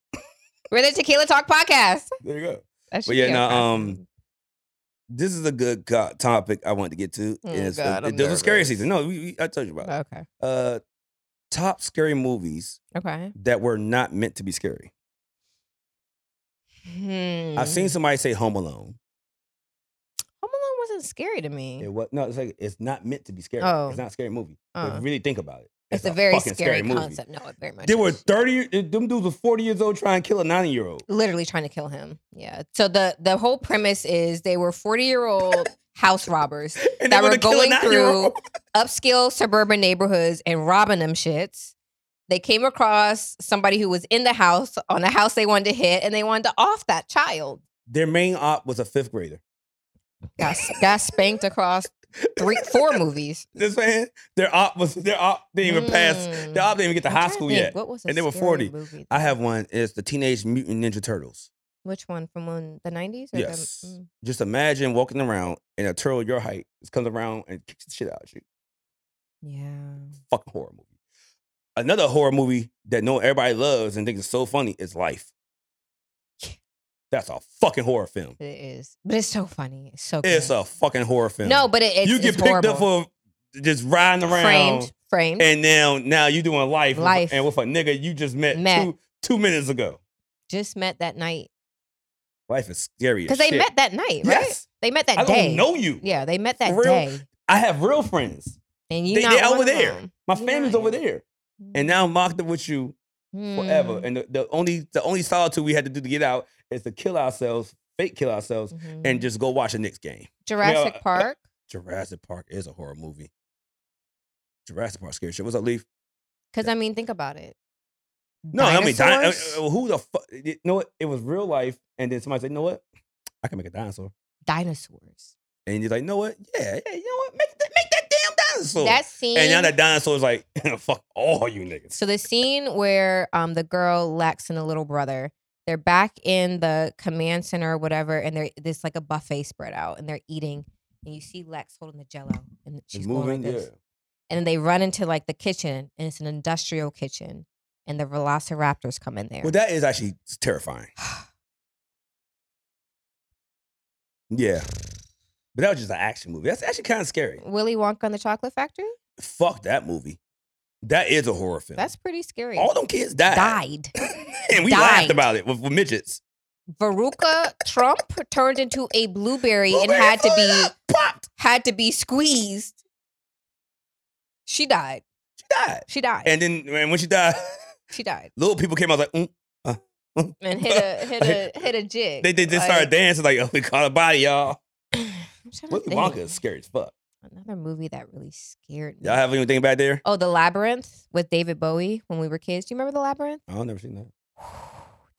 We're the Tequila Talk podcast.
There you go.
That should
yeah,
be our
no, um,
costume.
This is a good co- topic I wanted to get to.
Oh,
It's-
God,
it-
I'm
there's a scary
nervous.
season. No, we, we, I told you about. it.
Okay.
Uh, top scary movies
Okay.
that were not meant to be scary. I've
Mm-hmm.
seen somebody say Home Alone.
Hmm. Home Alone wasn't scary to me.
It was no, it's like it's not meant to be scary.
Mm-hmm. Oh.
It's not a scary movie.
Uh.
But really think about it.
it's, a, very
fucking
scary, concept. No, it very much.
There were
is.
thirty. eh, Them dudes were forty years old trying to kill a ninety year old.
literally trying to kill him. Yeah. So the the whole premise is they were 40 year old house robbers
And
that
they
were
wanna kill a
going through
90-year-old.
upscale suburban neighborhoods and robbing them shits. They came across somebody who was in the house on a house they wanted to hit, and they wanted to off that child.
Their main op was a fifth grader.
Got, s- got spanked across three, four movies.
This man, their op was their op didn't even pass.
Mm.
Their op didn't even get to
I'm
high
trying to
school
think,
yet.
What was a
And they were
scary
40.
movie?
I have one. It's the Teenage Mutant Ninja Turtles.
Which one from when, the 90s? Or
Yes.
The, mm.
Just imagine walking around and a turtle your height just comes around and kicks the shit out of you.
yeah.
Fucking horror movie. Another horror movie that no everybody loves and thinks is so funny is Life. That's a fucking horror film.
It is. But it's so funny. It's so good.
It's a fucking horror film.
No, but it, it's
you get
it's
picked up
horrible.
for just riding around,
framed, framed.
and now now you doing life, with-
Life.
and with a nigga you just met,
Met.
two two minutes ago.
just met that night
Life is scary
because they met that night, right?
Yes.
They met that
I
day.
don't know you.
Yeah, they met that
For real?
day,
I have real friends.
and you
They-
not
they're
one
over
of
there.
them.
My
You're
family's
not
over
in.
there, and now I'm locked up with you forever.
Mm,
And the, the only the only solitude we had to do to get out is to kill ourselves, fake kill ourselves,
mhm.
and just go watch the next game.
Jurassic
uh,
Park.
Jurassic Park is a horror movie. Jurassic Park scary shit. What's up, Leaf?
Because I mean, think about it.
No, I mean, di-
Dinosaurs?
uh, uh, who the fuck? You know what? It was real life, and then somebody said, "You know what? I can make a dinosaur."
dinosaurs.
And you're like, "You know what? Yeah, yeah. You know what? Make that, make that damn dinosaur."
That scene.
and now that dinosaur's like, "Fuck all you niggas."
So the scene where um the girl Lex and the little brother, they're back in the command center or whatever, and they're this like a buffet spread out, and they're eating, and you see Lex holding the Jello, and she's going like this, and then they run into like the kitchen, and it's an industrial kitchen, and the Velociraptors come in there.
Well, that is actually terrifying. yeah, but that was just an action movie. That's actually kind of scary.
Willy Wonka and the Chocolate Factory.
Fuck that movie. That is a horror film.
That's pretty scary.
all them kids died,
Died.
and we
Died.
laughed about it with, with midgets.
Veruca Trump turned into a blueberry and
Blueberry
had to be
Florida popped.
had to be squeezed. She died.
She died.
She died.
And then and when she died,
she died.
little people came out like, mm.
And hit a hit a hit a jig.
they they just started dancing like, oh, we caught a body, y'all.
dancing.
Willy Wonka is scary as fuck.
Another movie that really scared me.
Y'all have anything back there?
oh, The Labyrinth with David Bowie when we were kids. Do you remember The Labyrinth?
I don't never seen that.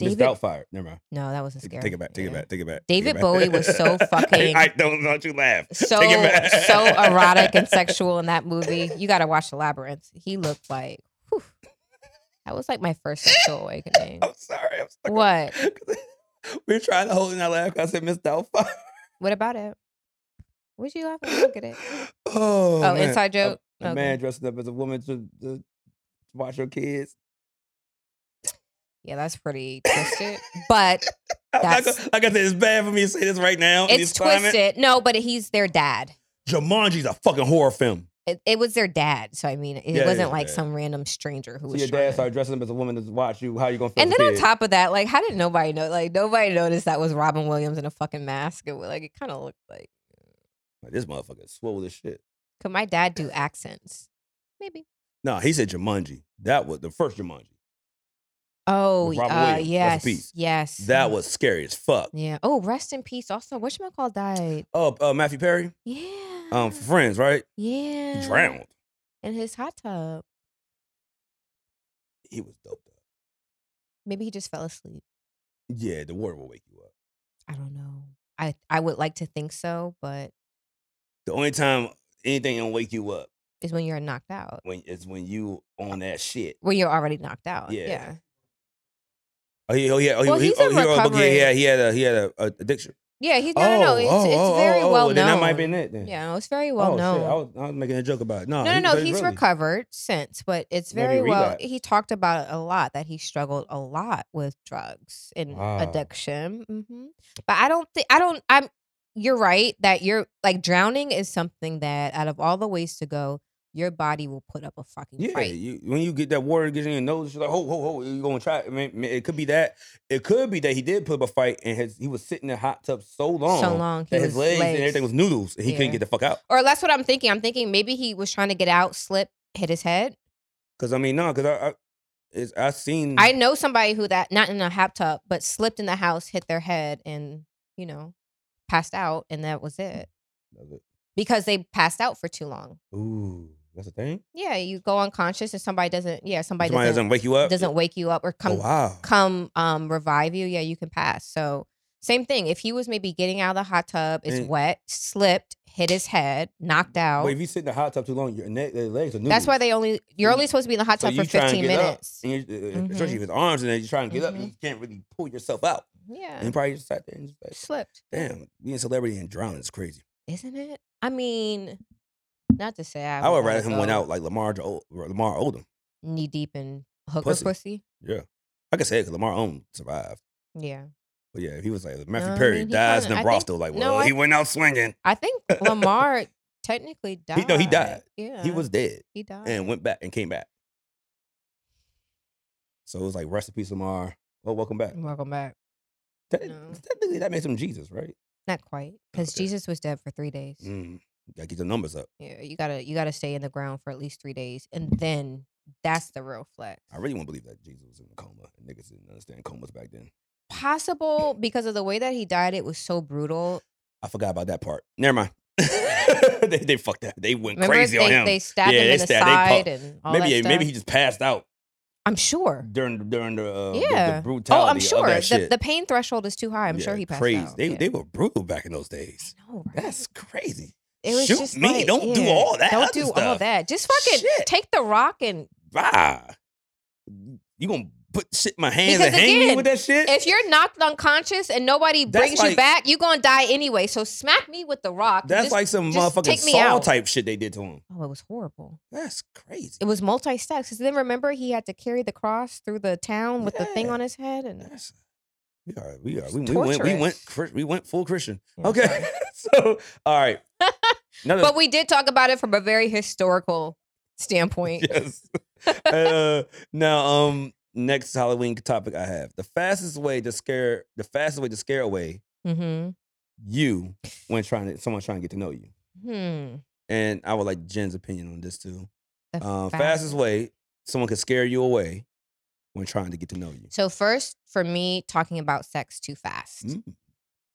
Miss
David.
Doubtfire. Never mind.
No, that wasn't
Take,
scary.
take it back. Take
Yeah.
it back. Take it back.
David
take it back.
Bowie was so fucking-
I, don't don't you laugh.
So
Take it back.
so erotic and sexual in that movie. You got to watch The Labyrinth. He looked like. whew. That was like my first sexual awakening.
I'm sorry. I'm stuck.
What?
we were trying to hold in our laugh. 'cause I said Miss Doubtfire.
What about it? Would you laugh? at? Look at it.
Oh,
Oh,
man.
inside joke.
A
Okay.
man dressing up as a woman to, to watch your kids.
Yeah, that's pretty twisted. But
I'm not
That's-
gonna- like I said, it's bad for me to say this right now. in
it's
this climate.
twisted. No, but he's their dad.
Jumanji's a fucking horror film.
It, it was their dad. So I mean, it
Yeah,
wasn't
yeah,
like
yeah.
some random stranger who
So
was.
your
trying
dad
to-
started dressing up as a woman to watch you. How you gonna feel?
and
as
then
a
on
kid?
top of that, like, how did nobody know? Like, nobody noticed that was Robin Williams in a fucking mask. It was like it kind of looked like.
Like, this motherfucker is swole as shit.
Could my dad do accents? Maybe.
No, he said Jumanji. That was the first Jumanji.
Oh,
Robin
uh,
Williams, rest in
yes,
peace.
yes. uh,
That was scary as fuck.
Yeah. Oh, rest in peace. Also, which call died.
Oh, uh, Matthew Perry.
Yeah.
Um, Friends, right?
Mm-hmm. yeah.
He drowned.
in his hot tub.
He was dope.
Maybe he just fell asleep.
Yeah, the water will wake you up.
I don't know. I I would like to think so, but
The only time anything can wake you up
it's when you're knocked out.
when is when you on that shit.
When you're already knocked out.
Yeah.
Yeah.
Oh, he, oh yeah, oh, he-
Well,
he,
he's
oh,
in
he wrote a book. yeah,
recovery.
yeah, he had a he had a, a addiction.
Yeah, he's no no no.
Oh,
It's,
oh,
it's
oh,
very
oh, oh,
well known.
Then that might have been it. Then.
Yeah, no, it's very well
oh,
known.
Shit. I, was, I was making a joke about it. No,
no,
he-
no, no.
but
He's
really-
recovered since, but it's
Maybe
very
we
well.
got-
He talked about it a lot that he struggled a lot with drugs and
Wow.
addiction. hmm But I don't think I don't. I'm. You're right that you're like drowning is something that out of all the ways to go, your body will put up a fucking
Yeah,
fight.
you, when you get that water gets in your nose, you're like, oh, oh, oh, you gonna try? It. I mean, it could be that. It could be that he did put up a fight and his, he was sitting in the hot tub so long,
so long.
that
he
his
was
legs, and everything was noodles, and he couldn't
Yeah.
get the fuck out.
Or that's what I'm thinking. I'm thinking maybe he was trying to get out, slip, hit his head.
Because I mean, no, because I, I, it's, I seen
I know somebody who that not in a hot tub, but slipped in the house, hit their head, and you know, passed out, and that was it because they passed out for too long.
Ooh, that's a thing.
Yeah, you go unconscious, and somebody doesn't. Yeah, somebody,
Somebody
doesn't
doesn't wake you up.
doesn't wake you up or come
oh, wow.
come um revive you. Yeah, you can pass. So same thing. If he was maybe getting out of the hot tub, it's
And-
wet, slipped, hit his head, knocked out.
But if you sit in the hot tub too long, your neck, your legs are noodles.
That's why they only you're only supposed to be in the hot
So
tub
you
for
try and
15
get up,
minutes.
and you- uh,
Mhm.
especially if his arms and then you try and get up, and
Mhm.
you can't really pull yourself out.
Yeah,
And you probably just sat there and just like,
slipped.
damn, being a celebrity and drowning is crazy.
isn't it? I mean, not to say I,
I would
wanna
rather him went
go
out like Lamar Jo- Lamar Odom.
knee deep in hooker
Pussy.
pussy.
Yeah, I could say it because Lamar Odom survived.
Yeah,
But yeah, if he was like Matthew
No, I
Perry
mean, he
dies
kinda-
in
I
the
think-
brothel, like
no,
well,
I
he went out swinging.
I think Lamar technically died.
He- no, he died.
Yeah,
He was dead
he died.
and went back and came back. So it was like rest in peace, Lamar. Well, welcome back.
Welcome back.
That,
Mm, No.
Technically, that makes him Jesus, right?
Not quite, because
Okay.
Jesus was dead for three days.
Mm. Gotta get the numbers up.
Yeah, you gotta you gotta stay in the ground for at least three days, and then that's the real flex.
I really want to believe that Jesus was in a coma. and Niggas didn't understand comas back then.
Possible because of the way that he died, it was so brutal.
I forgot about that part. Never mind. they, they fucked that. They went
Remember,
crazy
they,
on him.
they stabbed
Yeah,
him
they
in the
stabbed- they
side
pu-
and all
maybe
that
yeah,
stuff.
maybe he just passed out
I'm sure.
during during the uh, the- the,
Yeah.
brutality.
Oh, I'm
of
sure.
that
The,
shit.
the pain threshold is too high. I'm sure
Yeah,
he passed
crazy.
out.
They
Yeah.
they were brutal back in those days.
I know, right?
That's crazy.
It was
shoot
just
me,
like,
don't do
yeah,
all that
Don't
other
do all
stuff.
that. Just fucking
Shit.
take the rock and
Ah, you gonna put shit in my hands
Because
and hang me
again,
with that shit?
if you're knocked unconscious and nobody
That's
brings
like-
you back, you're gonna die anyway. So smack me with the rock. and
That's
just-
like some
just
motherfucking
take me
Saul
out.
type shit they did to him.
Oh, it was horrible.
That's crazy.
It was multi steps. Because then remember he had to carry the cross through the town with the thing
Yeah.
on his head and
That's- we are. We are.
It's
We, we went. We went.
torturous.
Chris- We went full Christian.
Yeah,
okay.
sorry.
so all right. Another.
But we did talk about it from a very historical standpoint.
yes. uh, now, um, next Halloween topic I have the fastest way to scare the fastest way to scare away
Mm-hmm.
you when trying to someone trying to get to know you.
Hmm.
And I would like Jen's opinion on this too.
The
Uh,
fa-
fastest way someone can scare you away when trying to get to know you.
So first, for me, talking about sex too fast.
Mm.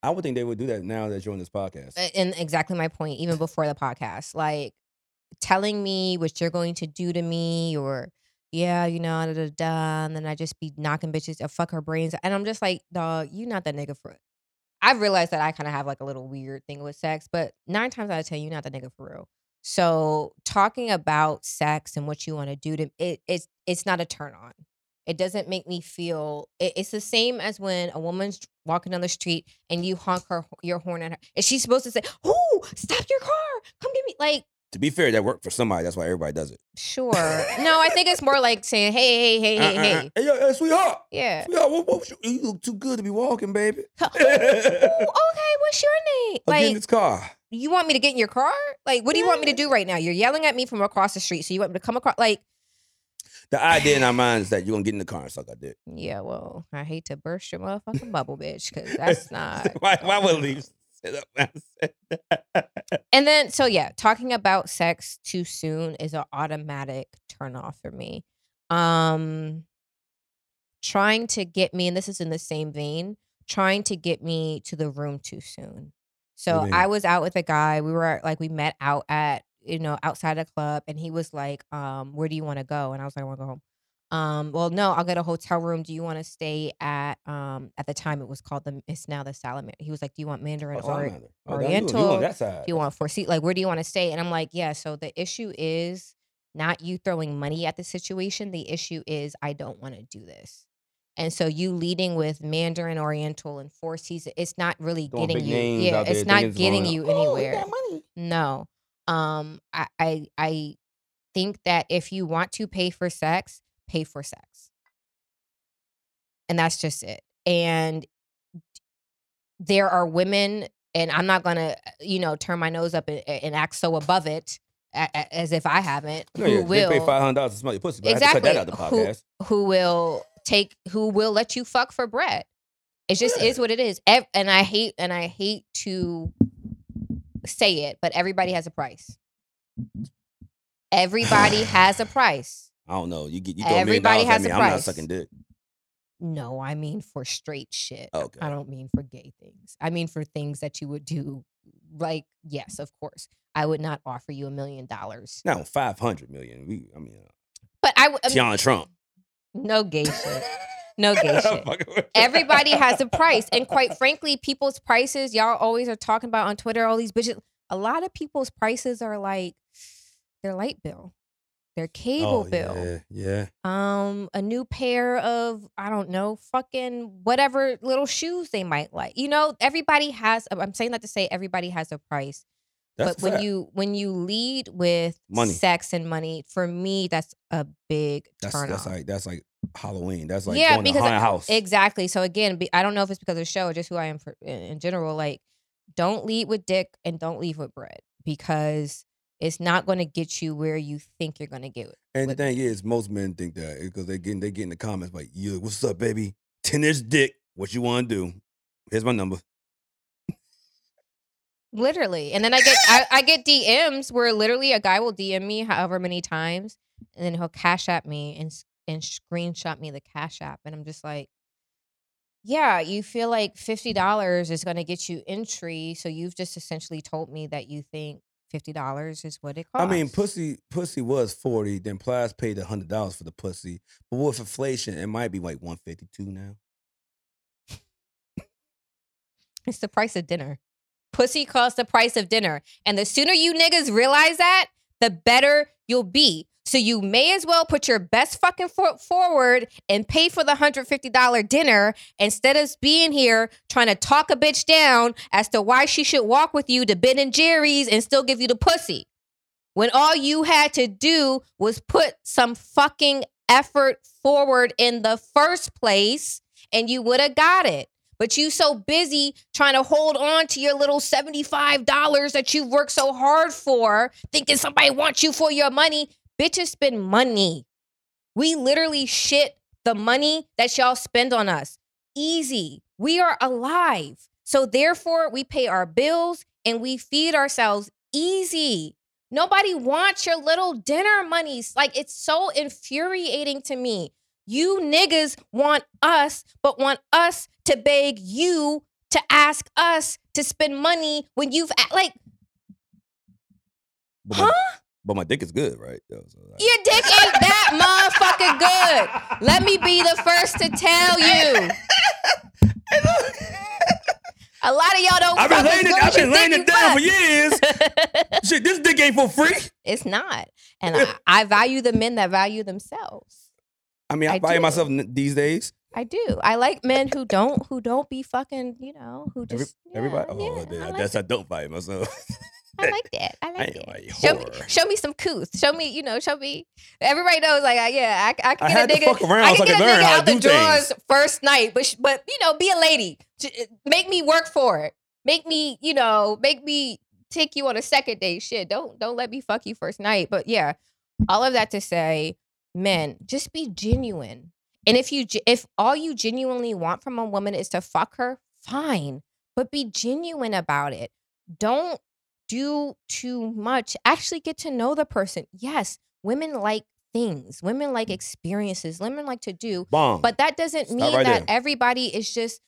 I would think they would do that now that you're on this podcast.
A- And exactly my point, even before the podcast, like telling me what you're going to do to me, or yeah, you know, da da da, and then I just be knocking bitches or fuck her brains, and I'm just like, dog, you not that nigga for. I've realized that I kind of have like a little weird thing with sex, but nine times out of ten, you're not that nigga for real. So talking about sex and what you want to do to it, it's it's not a turn on. It doesn't make me feel. It, it's the same as when a woman's walking down the street and you honk her your horn at her. Is she supposed to say, "Oh, stop your car, come get me"? Like
To be fair, that worked for somebody. That's why everybody does it.
Sure. no, I think it's more like saying, hey, hey, hey, hey,
Uh, uh, uh.
hey.
Hey, yo, hey, sweetheart.
Yeah.
Sweetheart, what, what was you, you look too good to be walking, baby.
Ooh, "Oh, okay, what's your name?
I'll get in
Like,
this car.
you want me to get in your car? Like, what do you want me to do right now? You're yelling at me from across the street, so you want me to come across? Like,
The idea in our mind is that you're gonna get in the car and suck a dick.
yeah, well, I hate to burst your motherfucking bubble, bitch, because that's not.
why, why would he sit up and say that?
And then, so yeah, talking about sex too soon is an automatic turn off for me. Um, trying to get me, and this is in the same vein, trying to get me to the room too soon. So
do you mean?
I was out with a guy. We were like, we met out at you know outside a club, and he was like, um, "Where do you want to go?" And I was like, "I want to go home." Um, well, no, I'll get a hotel room. Do you want to stay at um at the time it was called the it's now the Salamander. He was like, "Do you want Mandarin
Oh,
or
Salamander. Oh, that- you- You
Oriental,
on that side?
do you want four seat? Like, where do you want to stay? And I'm like, yeah. So the issue is not you throwing money at the situation. The issue is I don't want to do this. And so you leading with Mandarin Oriental and Four Seasons, it's not really
Throwing
getting
big
you.
names
Yeah,
out there
it's
thinking
not getting
going,
you
"Ooh, look
anywhere.
at that money."
No. Um, I, I I think that if you want to pay for sex, pay for sex. And that's just it. And there are women, and I'm not gonna, you know, turn my nose up and, and act so above it a- a- as if I haven't.
No,
who
yeah,
will
They pay five hundred dollars to smell your pussy. But I had to cut that out
Exactly.
the
Who-
podcast.
who will take who will let you fuck for bread. It just is what it is. Ev- and I hate and I hate to say it, but everybody has a price. Everybody has a price.
I don't know. You get you throw a million
Everybody
dollars
has
at me.
a
I'm not
price.
sucking dick.
No, I mean for straight shit.
Okay.
I don't mean for gay things. I mean for things that you would do. Like, yes, of course. I would not offer you a million dollars.
No, five hundred million. We, I mean, uh,
But I would
Tiana Trump.
no gay shit. No gay shit.
Fucking with-
Everybody has a price. And quite frankly, people's prices, y'all always are talking about on Twitter, all these bitches. A lot of people's prices are like their light bill, their cable
Oh,
bill,
Yeah, yeah.
um, a new pair of, I don't know, fucking whatever little shoes they might like. You know, everybody has I'm saying that to say everybody has a price.
That's
but when
fact.
you when you lead with
Money.
sex and money, for me, that's a big
that's
turn
that's
off.
like that's like Halloween. That's like
Yeah,
going to
because
haunted house.
Exactly. So again, be, I don't know if it's because of the show or just who I am for, in, in general. Like, don't lead with dick and don't leave with bread because it's not going to get you where you think you're going to get.
And the
Like-
thing is, most men think that because they get they get in the comments like, "Yeah, what's up, baby? Ten inch dick. What you want to do? Here's my number.
Literally. And then I get I, I get DMs where literally a guy will DM me however many times, and then he'll cash at me and s- and screenshot me the cash app, and I'm just like. Yeah, you feel like fifty dollars is going to get you entry, so you've just essentially told me that you think fifty dollars is what it
I
costs.
mean, pussy pussy was forty. Then Plies paid hundred dollars for the pussy, but with inflation, it might be like one fifty two now.
It's the price of dinner. Pussy costs the price of dinner. And the sooner you niggas realize that, the better you'll be. So you may as well put your best fucking foot forward and pay for the $150 dinner instead of being here trying to talk a bitch down as to why she should walk with you to Ben and Jerry's and still give you the pussy. When all you had to do was put some fucking effort forward in the first place and you would have got it. But you so busy trying to hold on to your little $75 that you worked so hard for, thinking somebody wants you for your money. Bitches spend money. We literally shit the money that y'all spend on us. Easy. We are alive. So therefore, we pay our bills and we feed ourselves easy. Nobody wants your little dinner monies. Like it's so infuriating to me. You niggas want us, but want us to beg you to ask us to spend money when you've a- like
But my, but my dick is good, right? Yo, so, like-
your dick ain't that motherfucking good. Let me be the first to tell you. A lot of y'all don't.
I've been
fuck as
laying it.
good
I've
as you
been laying
think you
it down
fuck.
for years. Shit, this dick ain't for free.
It's not, and I, I value the men that value themselves.
I mean, I,
I
value
do.
myself n- these days.
I do. I like men who don't who don't be fucking. You know who
Every,
just yeah,
everybody, oh,
yeah, I
yeah,
like
that's I don't value myself.
I like that. I like
am
that.
a
Show me,
whore.
show me some couth. Show me, you know, show me. Everybody knows, like, I, yeah, I, I
I
can
had
get
to
a nigga.
fuck around
I
so I
can get
could
a
learn
nigga
how to
out the
do things.
drawers first night, but sh- but you know, be a lady. J- Make me work for it. Make me, you know, make me take you on a second date. Shit, don't don't let me fuck you first night. But yeah, all of that to say, men, just be genuine. And if you ge- if all you genuinely want from a woman is to fuck her, fine, but be genuine about it. Don't do too much. Actually get to know the person. Yes, women like things. Women
Mm.
like experiences. Women like to do
Bomb.
but that doesn't
Stop
mean
Mm. right
that
there.
everybody is just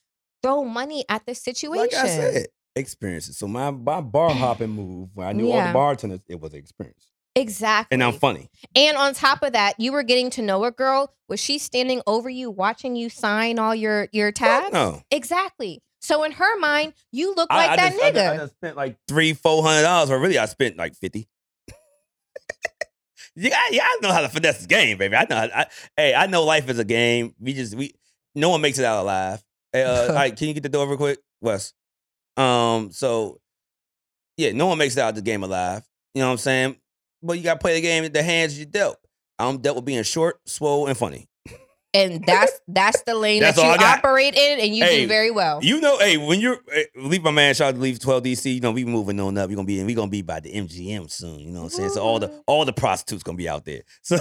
throw money at the situation.
like I said, experiences. So my, my bar hopping move, when I knew all
Yeah.
the bartenders, it was an experience.
exactly.
And I'm funny.
And on top of that, you were getting to know a girl. Was she standing over you, watching you sign all your your
Fuck
tabs?
No.
Exactly. So in her mind, you look
I-
like
I
that
just- I
nigga.
ju- I, just spent like three, four hundred dollars, but really I spent like fifty. you got, yeah, I know how to finesse this game, baby. I know. How, I, hey, I know life is a game. We just we no one makes it out alive. Hey, uh, all right, can you get the door real quick, Wes? Um, so yeah, no one makes it out of the game alive. You know what I'm saying? But you got to play the game with the hands you dealt. I'm dealt with being short, swole, and funny.
and that's that's the lane
That's all I
that you
got.
operate in, and you
Hey,
do very well.
You know, hey, when you're eh, leave my man, shout out to leave twelve DC. You know, we moving on up. You're gonna be in. We gonna be by the MGM soon. You know what I'm saying? So all the
Woo.
all the prostitutes gonna be out there. So,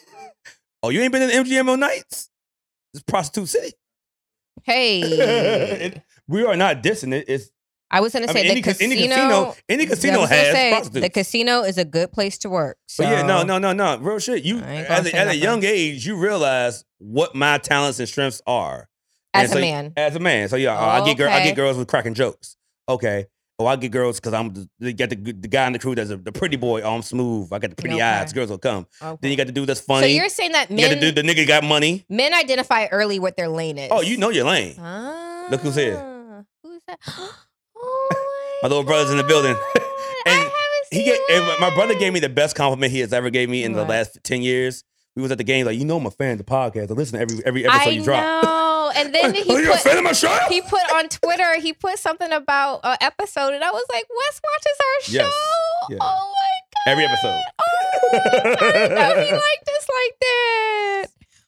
oh, you ain't been in the MGM on nights? It's prostitute city.
hey,
It- we are not dissing it. It's
I was gonna
I
say
mean,
the
any, cas-
casino.
any casino, any
I
casino
was gonna
has
say,
prostitutes.
the casino is a good place to work. So
But yeah, no, no, no, no. Real shit. You
I ain't gonna
as a,
say
at a
nothing.
young age, you realize what my talents and strengths are.
As
And
a
so-
man.
As a man. So yeah, oh, I get girl, I
Okay.
get girls with cracking jokes. Okay. Oh, I get girls because I'm the, they got the, the guy in the crew that's a, the pretty boy. Oh, I'm smooth. I got the pretty
Okay.
eyes. Girls will come.
Okay.
Then you got the dude that's
So
funny.
you're saying that
you got the
men
dude. The nigga got money.
men identify early what their lane is.
Oh, you know your lane.
Ah,
Look who's here.
Who's that? Oh
My little brother's in the building.
God, I
And
haven't
He
seen
get, and my- my brother
that.
gave me the best compliment he has ever gave me in the
What?
last ten years. We was at the game like you know I'm a fan of the podcast. I listen to every every episode
I
you Oh, drop.
know. And then he
Are you a fan
put
of my show?
he put on Twitter he put something about an episode, and I was like, Wes watches our
Yes.
show.
Yeah.
Oh my god!
Every episode. Uh,
Oh, I didn't know he liked us like that.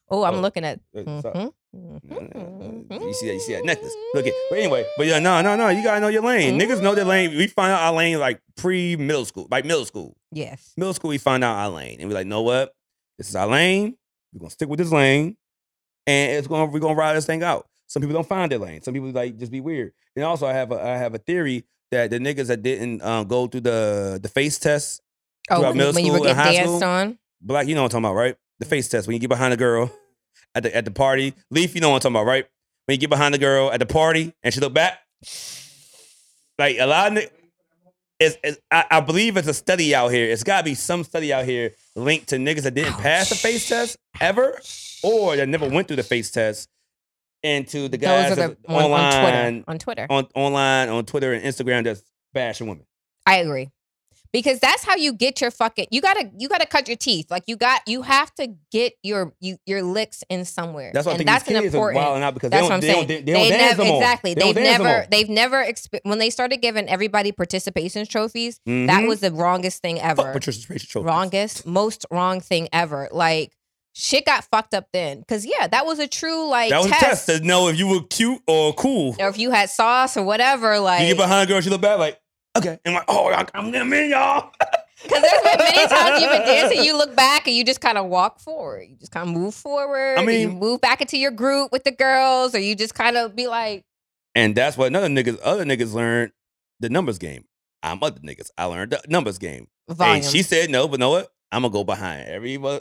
Oh, I'm
Oh,
looking at.
Uh, so-
Mhm,
Uh,
mhm,
You see that? You see that necklace? Look at. But anyway, but yeah, no, no, no. You gotta know your lane. Niggas know their lane. We find out our lane like pre middle school, like middle school.
Yes.
Middle school, we find out our lane, and we like, know what? This is our lane. We're gonna stick with this lane, and it's gonna we're gonna ride this thing out. Some people don't find their lane. Some people like just be weird. And also, I have a I have a theory that the niggas that didn't um, go through the the face test,
Oh,
Throughout
when,
middle
when you were
school and
getting
high
danced
school?
on.
black, you know what I'm talking about, right? The
Mm-hmm.
face test when you get behind a girl at the at the party. Leaf, you know what I'm talking about, right? When you get behind the girl at the party and she look back, like a lot of ni- it's, it's I, I believe it's a study out here. It's gotta be some study out here linked to niggas that didn't pass the face test ever, or that never went through the face test, and to the guys
Those are the
that's
on,
online,
on Twitter. On Twitter,
on online on Twitter and Instagram that's bashing women.
I agree, because that's how you get your fucking. You gotta you gotta cut your teeth. Like you got you have to get your you, your licks in somewhere.
That's why I
and
think
that's
these
an
kids are
important.
wilding out because
That's
they
what
don't
I'm
they
saying.
don't, they don't dance
nev-
no more.
exactly.
They don't
have
dance no
never
more.
they've never exp- when they started giving everybody participation trophies. That
Mhm.
was the wrongest thing
Fuck
ever.
Patricia Patricia Trophy.
wrongest, most wrong thing ever. Like shit got fucked up then. Cause yeah, that was a true like
That was
test.
a test to know if you were cute or cool.
Or if you had sauce or whatever, like
You get behind a girl, she look back like, okay. And like, oh, I- I'm I'm in, y'all.
Because there's been many times you've been dancing, you look back and you just kind of walk forward. You just kind of move forward.
I
and you
mean-
move back into your group with the girls, or you just kind of be like,
And that's what another niggas, other niggas learned the numbers game. I'm other niggas. I learned the numbers game.
volume.
Hey, she said no, but know what? I'm gonna go behind every. mo-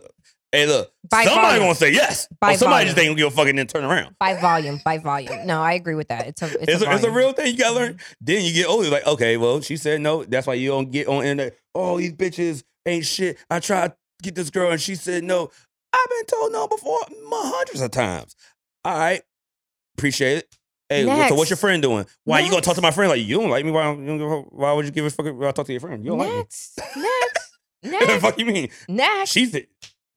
Hey, look,
By
somebody
volume.
gonna say yes.
By
or somebody
volume.
just ain't gonna give a fuck and then turn around.
by volume, by volume. No, I agree with that. It's a it's, Mm-hmm.
It's
a,
a, it's a
volume.
real thing you gotta learn. Then you get older, like, okay, well, she said no. That's why you don't get on internet. Oh, these bitches ain't shit. I tried to get this girl and she said no. I've been told no before m- hundreds of times. All right, appreciate it. Hey, wh- so what's your
Next.
friend doing? Why you gonna talk to
Next.
my friend like you don't like me? Why don't, you don't give a- why would you give a fuck? Why talk to your friend? You don't
next, next,
like me.
next,
the fuck you mean?
next.
She's the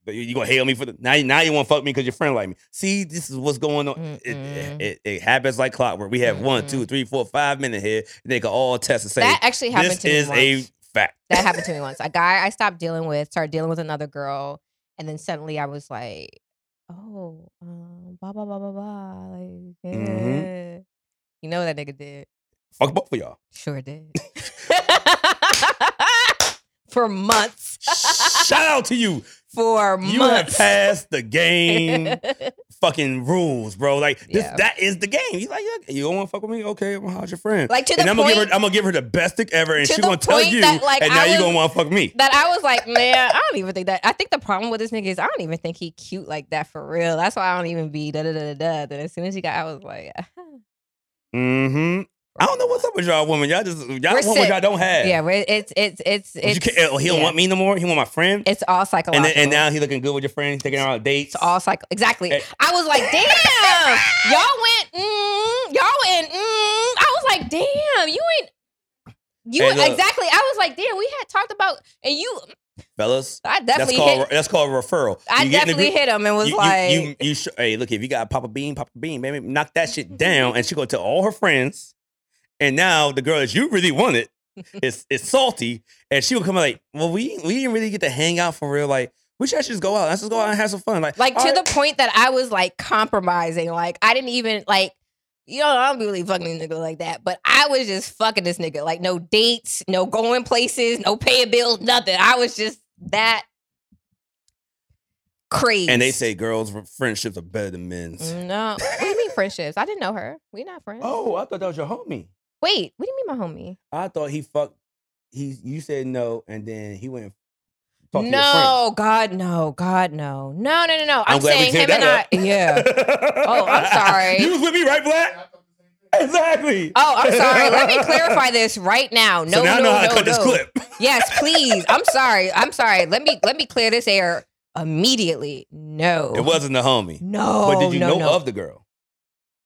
But you, you gonna hail me for the now? You, now you want to fuck me because your friend like me. See, this is what's going on. It,
Mm-mm.
it, it, it happens like clockwork. We have one,
Mm-mm.
two, three, four, five minutes here. And they can all test and say
that actually happened
this
to me
is
once.
a fact.
That happened to me once. A guy I stopped dealing with started dealing with another girl, and then suddenly I was like, "Oh, um, blah blah blah blah blah." Like,
Mhm.
yeah. you know what that nigga did?
Fuck both of y'all.
Sure did. For months.
Shout out to you.
For
You have
months.
passed the game. fucking rules, bro. Like this,
Yeah.
that is the game. He's like, "Yeah, you don't want to fuck with me? Okay, I'm gonna hide your friend.
Like, to
and
the
I'm gonna give
point-
her, I'm gonna give her the best dick ever, and
to
she's
the
gonna tell
point
you,
that, like,
and now
I
you
was-
gonna want to fuck me.
that I was like, man, I don't even think that. I think the problem with this nigga is I don't even think he cute like that for real. That's why I don't even be da da da da da. Then as soon as he got, I was like,
Mm-hmm. I don't know what's up with y'all women. Y'all just y'all
We're
want what
sick.
y'all don't have.
yeah, but it's it's it's
But
it's.
you can't, oh, he don't
yeah.
want me no more. He want my friend.
It's all
And
psychological.
then, and now he looking good with your friend. He's taking her out on dates.
it's all psych. Exactly.
Eh.
I was like, damn, y'all went, mm, y'all went, mm. I was like, damn, you ain't. You
Hey, look.
exactly. I was like, damn, we had talked about, and you,
fellas.
I
That's
definitely
called
hit.
that's called referral.
I
You get in the
definitely
group-
hit him and was
you, you-
like,
you, you sh- hey, look, if you got Papa Bean, Papa Bean, baby, knock that shit down. And she go tell all her friends. And now the girl that you really wanted is is salty. And she would come out like, well, we we didn't really get to hang out for real. Like, we should actually just go out. Let's just go out and have some fun. Like,
like to
all right.
the point that I was like compromising. Like I didn't even like. You know, I don't be really fucking this nigga like that, but I was just fucking this nigga. Like, no dates, no going places, no paying bills, nothing. I was just that crazy.
and they say girls' friendships are better than men's.
No. What do you mean friendships? I didn't know her. We not friends.
Oh, I thought that was your homie.
Wait, what do you mean my homie?
I thought he fucked. He you said no, and then he went. And talked to your friend.
No, God, no, God, no. No, no, no, no. I'm,
I'm glad
saying
we cleared
him and I
that
Yeah.
oh,
I'm sorry.
You was with me, right, Black? Exactly.
Oh, I'm sorry. Let me clarify this right now. No,
so
no,
now I know how
no,
to cut
no.
this clip.
Yes, please. I'm sorry. I'm sorry. Let me let me clear this air immediately. No.
It wasn't the homie.
No.
but did you
Oh, no,
know
no.
of the girl?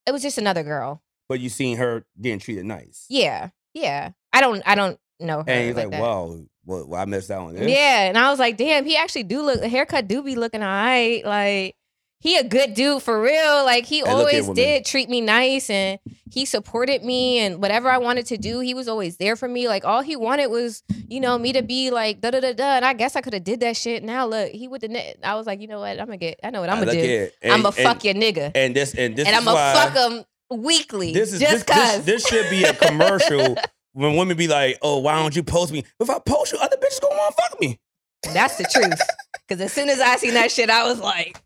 It was just another girl.
But you seen her getting treated nice.
Yeah. Yeah. I don't I don't know her.
And he's
like,
like,
that.
wow, well, well, I missed out on this.
Yeah, and I was like, damn, he actually do look the haircut do be looking all right. Like he a good dude for real. Like he
look here,
always
woman.
did treat me nice and he supported me and whatever I wanted to do, he was always there for me. Like all he wanted was, you know, me to be like da da da da. And I guess I could have did that shit. Now look, he with the net. I was like, you know what? I'm gonna get I know what I'm
Now,
gonna
look
do.
here. And-
I'm gonna
and-
fuck your nigga.
And this and this
And
is
I'm gonna
why
fuck him weekly.
This is
just
this, this,
cause
this should be a commercial when women be like, oh, why don't you post me? If I post you, other bitches gonna want to fuck me.
that's the truth. Cause as soon as I seen that shit, I was like,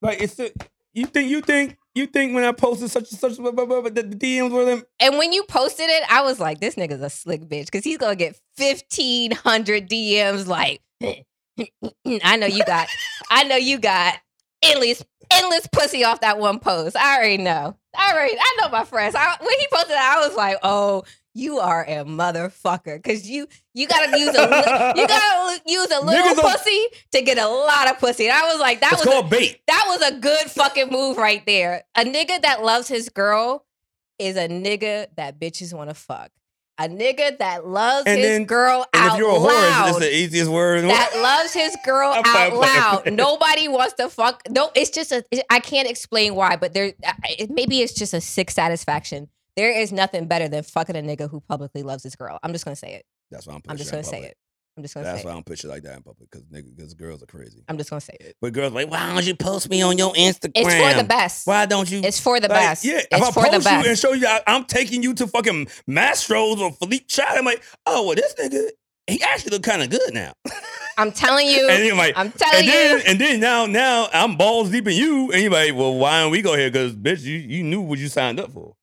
Like it's the, you think you think you think when I posted such and such blah, blah, blah, blah, the, the DMs were them.
And when you posted it, I was like, this nigga's a slick bitch because he's going to get 1,500 DMs like, I know you got, I know you got endless, endless pussy off that one post. I already know. I already, I know my friends. I, when he posted that, I was like, oh, you are a motherfucker because you, you got to use a, li- you got to use a little
Niggas are-
pussy to get a lot of pussy. And I was like, that
It's
was a
called bait.
that was a good fucking move right there. A nigga that loves his girl is a nigga that bitches want to fuck. A nigga that loves
And
his
then-
girl
And
out
if you're a whore,
loud.
it's, it's the easiest word. in the
that
world.
loves his girl
I'm
out
fine,
loud.
whatever.
Nobody wants to fuck. No, it's just a. it- I can't explain why, but there. I- It, maybe it's just a sick satisfaction. There is nothing better than fucking a nigga who publicly loves his girl. I'm just gonna say it.
That's why I'm.
I'm just
pushing
gonna
in
say
public.
it. I'm just gonna
That's
say
why I
it.
don't put shit like that in public because niggas, because girls are crazy.
I'm just gonna say it.
But girls like, why don't you post me on your Instagram?
It's for the best.
Why don't you?
It's for the
like,
best.
Yeah, if
it's
I
for
post
the best.
you and show you, I, I'm taking you to fucking Mastro's or Philippe Chad. I'm like, oh well, this nigga, he actually look kind of good now.
I'm telling you.
And you're like,
I'm telling
and then
you.
and then now now I'm balls deep in you, and you're like, well, why don't we go here? Because bitch, you you knew what you signed up for.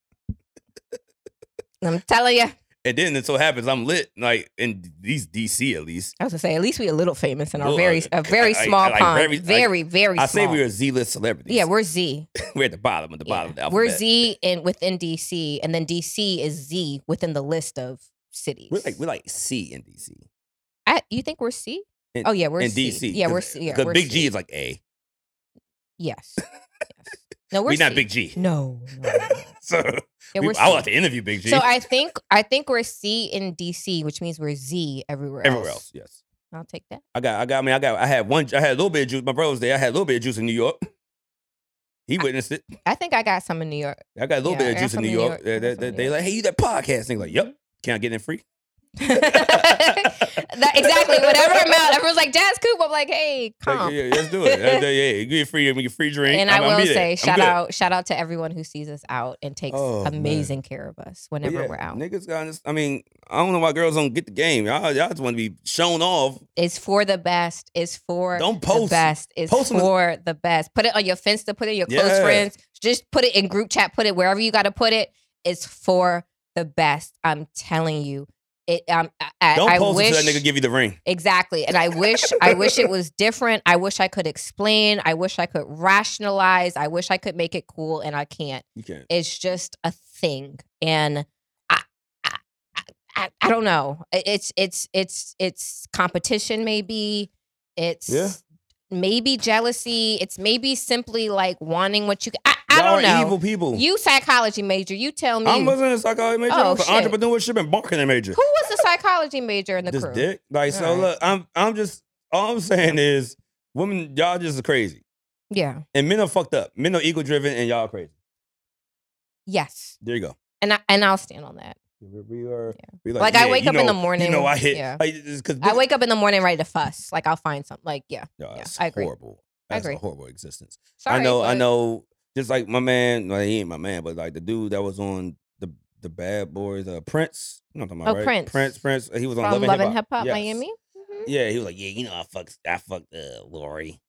I'm telling you.
And then it so happens I'm lit, like in these DC at least.
I was gonna say, at least we a little famous in our
Well,
very
I-
a very
I- I-
small
like,
pond.
very-
Very,
like,
very,
I say
small.
we are Z-list celebrities.
yeah, we're Z.
we're at the bottom of the
Yeah.
bottom of the alphabet.
We're Z in within DC, and then DC is Z within the list of cities.
We're like we're like C in DC.
I, you think we're C?
In-
oh yeah, we're
in
C.
DC.
Yeah,
'cause-
we're C. Yeah,
Because
we're
Big
C.
G is like A.
yes. yes. No, we're
We're not
C.
Big G.
No, no, no, no.
so
Yeah,
we-
we're C.
I will have to interview Big G.
So I think I think we're C in DC, which means we're Z everywhere.
Everywhere else, yes.
I'll take that.
I got, I got. I mean, I got. I had one. I had a little bit of juice. My brother was there. I had a little bit of juice in New York. He witnessed it.
I think I got some in New York.
I got a little
Yeah,
bit
I
of
got
juice in
some
New
in New
York.
York. I
They,
got some
they-
in New
they like, hey, you that podcast thing? Like, yep. Can I get in free?
that, exactly. Whatever amount. Everyone's like, Jazz Coop. I'm like, hey,
Like,
calm.
yeah, let's do it. yeah, yeah, yeah. Give me a free, give me a free drink.
And
I'm-
I
I'll
will
be there.
say,
I'm
shout
good.
out, shout out to everyone who sees us out and takes
Oh, man.
amazing care of us
But
whenever
yeah,
we're out.
Niggas got. this- I mean, I don't know why girls don't get the game. Y'all, y'all just want to be shown off.
It's for the best. It's for
Don't
the
post.
best. It's
Post on the-
for the best. Put it on your Finsta. Put it in your close
Yeah.
friends. Just put it in group chat. Put it wherever you got to put it. It's for the best. I'm telling you. It. Um. I, I-
Don't
I
post
wish
it till that nigga give you the ring.
Exactly. And I wish I wish it was different. I wish I could explain. I wish I could rationalize. I wish I could make it cool and I can't.
You can't.
It's just a thing. And I I I, I don't know. I- It's it's it's it's competition maybe. It's
Yeah.
maybe jealousy. It's maybe simply like wanting what you I, I
Y'all
don't know.
are Evil people.
You psychology major, you tell me.
I wasn't a psychology major. I
Oh,
was an
shit.
entrepreneurship and marketing major.
who was the psychology major in the
this
crew?
dick. Like, so
Alright.
look, I'm I'm just all I'm saying is women, y'all just crazy.
Yeah.
And men are fucked up. Men are ego driven and y'all crazy.
Yes.
There you go.
And I, and I'll stand on that.
We we are we
Like, I wake
you
up in the
know-
morning,
You know I hit.
yeah.
Like, it's 'cause
I
this-
wake up in the morning ready to fuss. Like I'll find something. Like yeah,
Y'all,
yeah,
that's
I agree.
horrible.
I
That's
agree.
a horrible existence.
sorry.
I know, I
but-
know. Just like my man, like, he ain't my man, but like the dude that was on the the Bad Boys, uh, Prince. You know what I'm talking about,
Oh,
right?
Prince.
Prince, Prince. He was on
From
Love and Hip
Hip Hop
Hop, Yes.
Miami. Mhm.
Yeah, he was like, yeah, you know, I fucked, I fucked uh, Lori.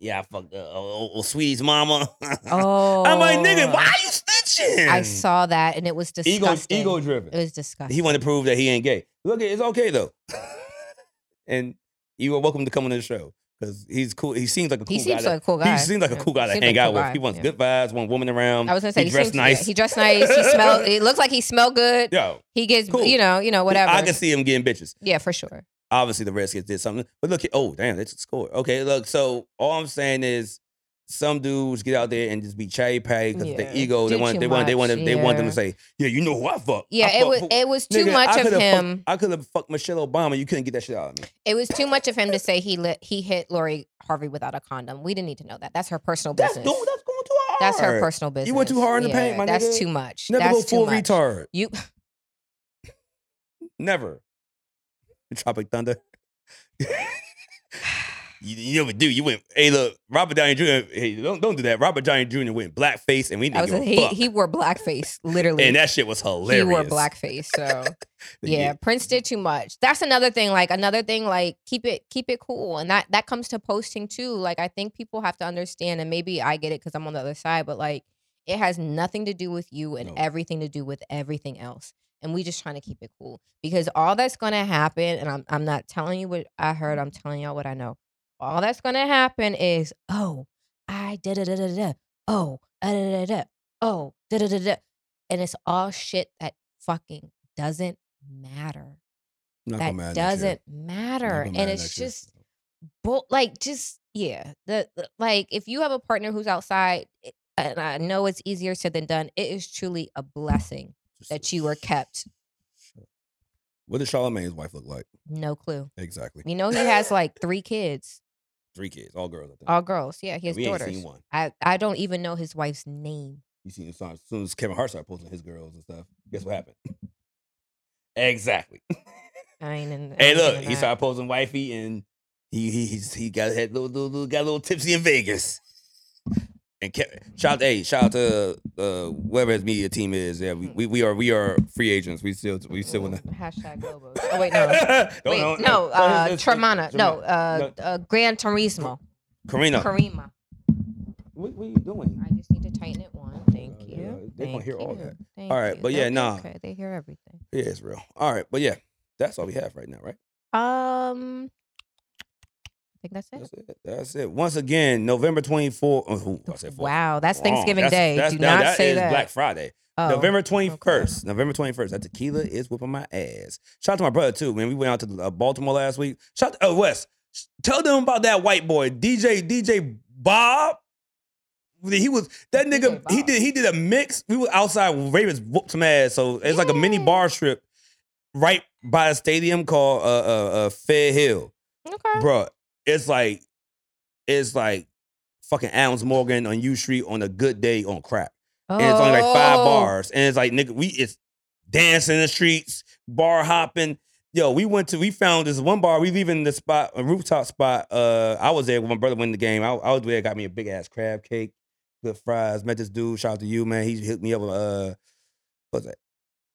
Yeah, I fucked uh, old, old sweetie's mama.
Oh,
I'm like, nigga, why you snitching?
I saw that and it was
ego,
disgusting.
ego
It
driven.
was disgusting.
He wanted to prove that he ain't gay. Look, it's okay though, and you are welcome to come on the show because he's cool. He seems like a cool
He seems
guy.
like a cool
that-
guy.
He seems like a
Yeah.
cool guy to
Seems
hang
like a
out
cool
with.
guy.
He wants
Yeah.
good vibes, wants women around.
I was gonna say
he
he,
dressed
seems, yeah,
nice.
he dressed nice. He smelled. He looks like he smelled good.
Yo,
He gets
Cool.
you know you know whatever.
I can see him getting bitches.
yeah, for sure.
obviously the Redskins did something. But look, oh damn, that's a score. Okay, look. So all I'm saying is, some dudes get out there and just be chatty patty because
Yeah.
the ego. They
Do
want,
too
they want, they
much,
want, them, they want them to
yeah.
say, yeah, you know who I fuck.
Yeah,
I
it
fuck
was
who-
it was too
Nigga,
much
I
of
coulda fucked-
him.
I could have fucked Michelle Obama. You couldn't get that shit out of me.
It was too much of him to say he lit, he hit Lori Harvey without a condom. We didn't need to know that. That's her personal
That's
business.
dude, that's going too hard.
That's her personal business.
You went too hard in the paint, my
That's
nigga.
too much.
Never
That's
go full
too much.
retard.
You
Never. Tropic Thunder. you, you never do. You went. Hey, look, Robert Downey Jr. Hey, don't don't do that. Robert Downey Jr. went blackface, and we
I
didn't
was
give a
he,
fuck.
he wore blackface, literally.
and that shit was hilarious.
He wore blackface. So
Yeah.
yeah, Prince did too much. That's another thing. Like another thing, like keep it keep it cool. And that that comes to posting too. Like I think people have to understand, and maybe I get it because I'm on the other side, but like it has nothing to do with you and
No.
everything to do with everything else. And we just trying to keep it cool. Because all that's gonna happen, and I'm I'm not telling you what I heard, I'm telling y'all what I know. All that's gonna happen is, oh, I da da da da da. Oh, da da da da. Oh, da da da da. And it's all shit that fucking doesn't matter.
Not gonna
That
matter next year.
doesn't
Not
matter.
gonna
And
matter
it's
next year.
just bull like just yeah. The, the- like if you have a partner who's outside, it- and I know it's easier said than done, it is truly a blessing
Just
that
a
you were
sh-
kept.
What does Charlamagne's wife look like?
No clue.
Exactly.
We know he has like three kids,
Three kids, all girls. I think.
all girls. Yeah, he has
we
daughters.
ain't seen one.
I, I don't even know his wife's name.
You seen as soon as soon as Kevin Hart started posting his girls and stuff. Guess what happened? exactly.
I ain't in, I
Hey,
ain't in
look,
on
he
that.
started posing wifey, and he he he's, he got had little, little, little got a little tipsy in Vegas. And kept, shout out, hey, shout out to uh, whoever his media team is. Yeah, we, we, we are we are free agents. We still we still want to.
hashtag Globos. Oh wait, no. Wait, no, uh, Tremana, no, uh, uh, Gran Turismo,
Karina.
Karima.
What, what are you doing?
I just need to tighten it one. Thank
Oh, yeah,
you.
they gonna
Thank
hear all
you.
that.
Thank
Alright,
you.
but yeah,
They'll be
nah.
Okay, they hear everything.
Yeah, it's real. All right, but yeah, that's all we have right now, right?
Um, I think that's it.
That's it. That's it. Once again, November twenty fourth. Oh, I said fourth.
Wow, that's
Wrong.
Thanksgiving
That's-
Day.
that's-
Do
now
not
that
say
is
that.
Black Friday.
Oh,
November 21st. November 21st. That tequila is whooping my ass. Shout out to my brother, too, man. We went out to uh, Baltimore last week. Shout out to uh, Wes. sh- Tell them about that white boy, DJ, DJ Bob. He was that
DJ
nigga. He
Bob.
did he did a mix. We were outside. Ravens whooped some ass. So it's like a mini
Yay.
bar strip right by a stadium called uh, uh, uh, Fair Hill.
Okay.
Bruh, it's like it's like fucking Adams Morgan on U Street on a good day on crack. and it's only like five
Oh.
bars. And it's like nigga, we it's dancing in the streets, bar hopping. Yo, we went to we found this one bar. We leaving the spot, a rooftop spot. Uh, I was there when my brother won the game. I, I was there, got me a big ass crab cake, good fries. Met this dude. Shout out to you, man. He hooked me up with uh, what's that?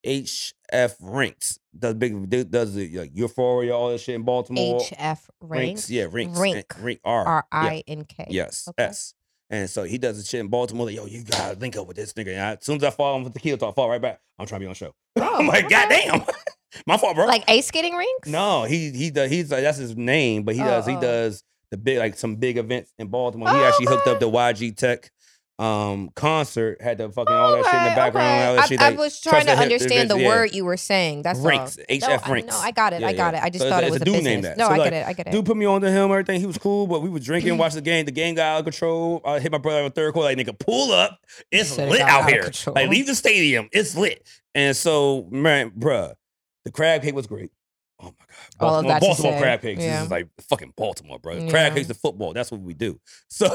HF Rinks does big does the like Euphoria all that shit in Baltimore.
HF rank.
yeah, Rinks,
Rink.
and- Rink R
R
Yeah.
I N K.
Yes.
Okay.
S. And so he does the shit in Baltimore. Like, yo, you gotta link up with this nigga. And I, as soon as I fall in with the key, I fall right back. I'm trying to be on show. I'm like,
Oh, okay.
goddamn, my fault, bro.
Like ice skating rinks?
no, he he does. He's like that's his name, but he does he
Oh, oh.
does the big like some big events in Baltimore. He
Oh,
actually hooked up
okay.
the YG Tech um concert. Had the fucking all that shit in the
Okay,
background.
okay.
All that
I,
shit,
I
like,
was
trust
trying to
that hip-
understand the
yeah.
word you were saying. That's
Rinks,
all.
HF
no,
Rinks.
I, no, I got it.
Yeah,
I got
yeah.
it. I just
So it's
thought
a-
it
it's
was
a
a
dude named
business.
that.
No,
So,
I
like,
get it. I get it.
Dude put me on to him, everything. He was cool, but we was drinking, watched the game. The game got out of control. I hit my brother on the third quarter, like, nigga, pull up. It's
Should've
lit
got
out
out of
here.
control.
Like, leave the stadium. It's lit. And so, man, bruh, the crab cake was great. Oh my God.
All of
Baltimore,
that to
Baltimore
say.
crab cakes.
Yeah.
This is like fucking Baltimore, bro.
Yeah.
Crab cakes to football. That's what we do. So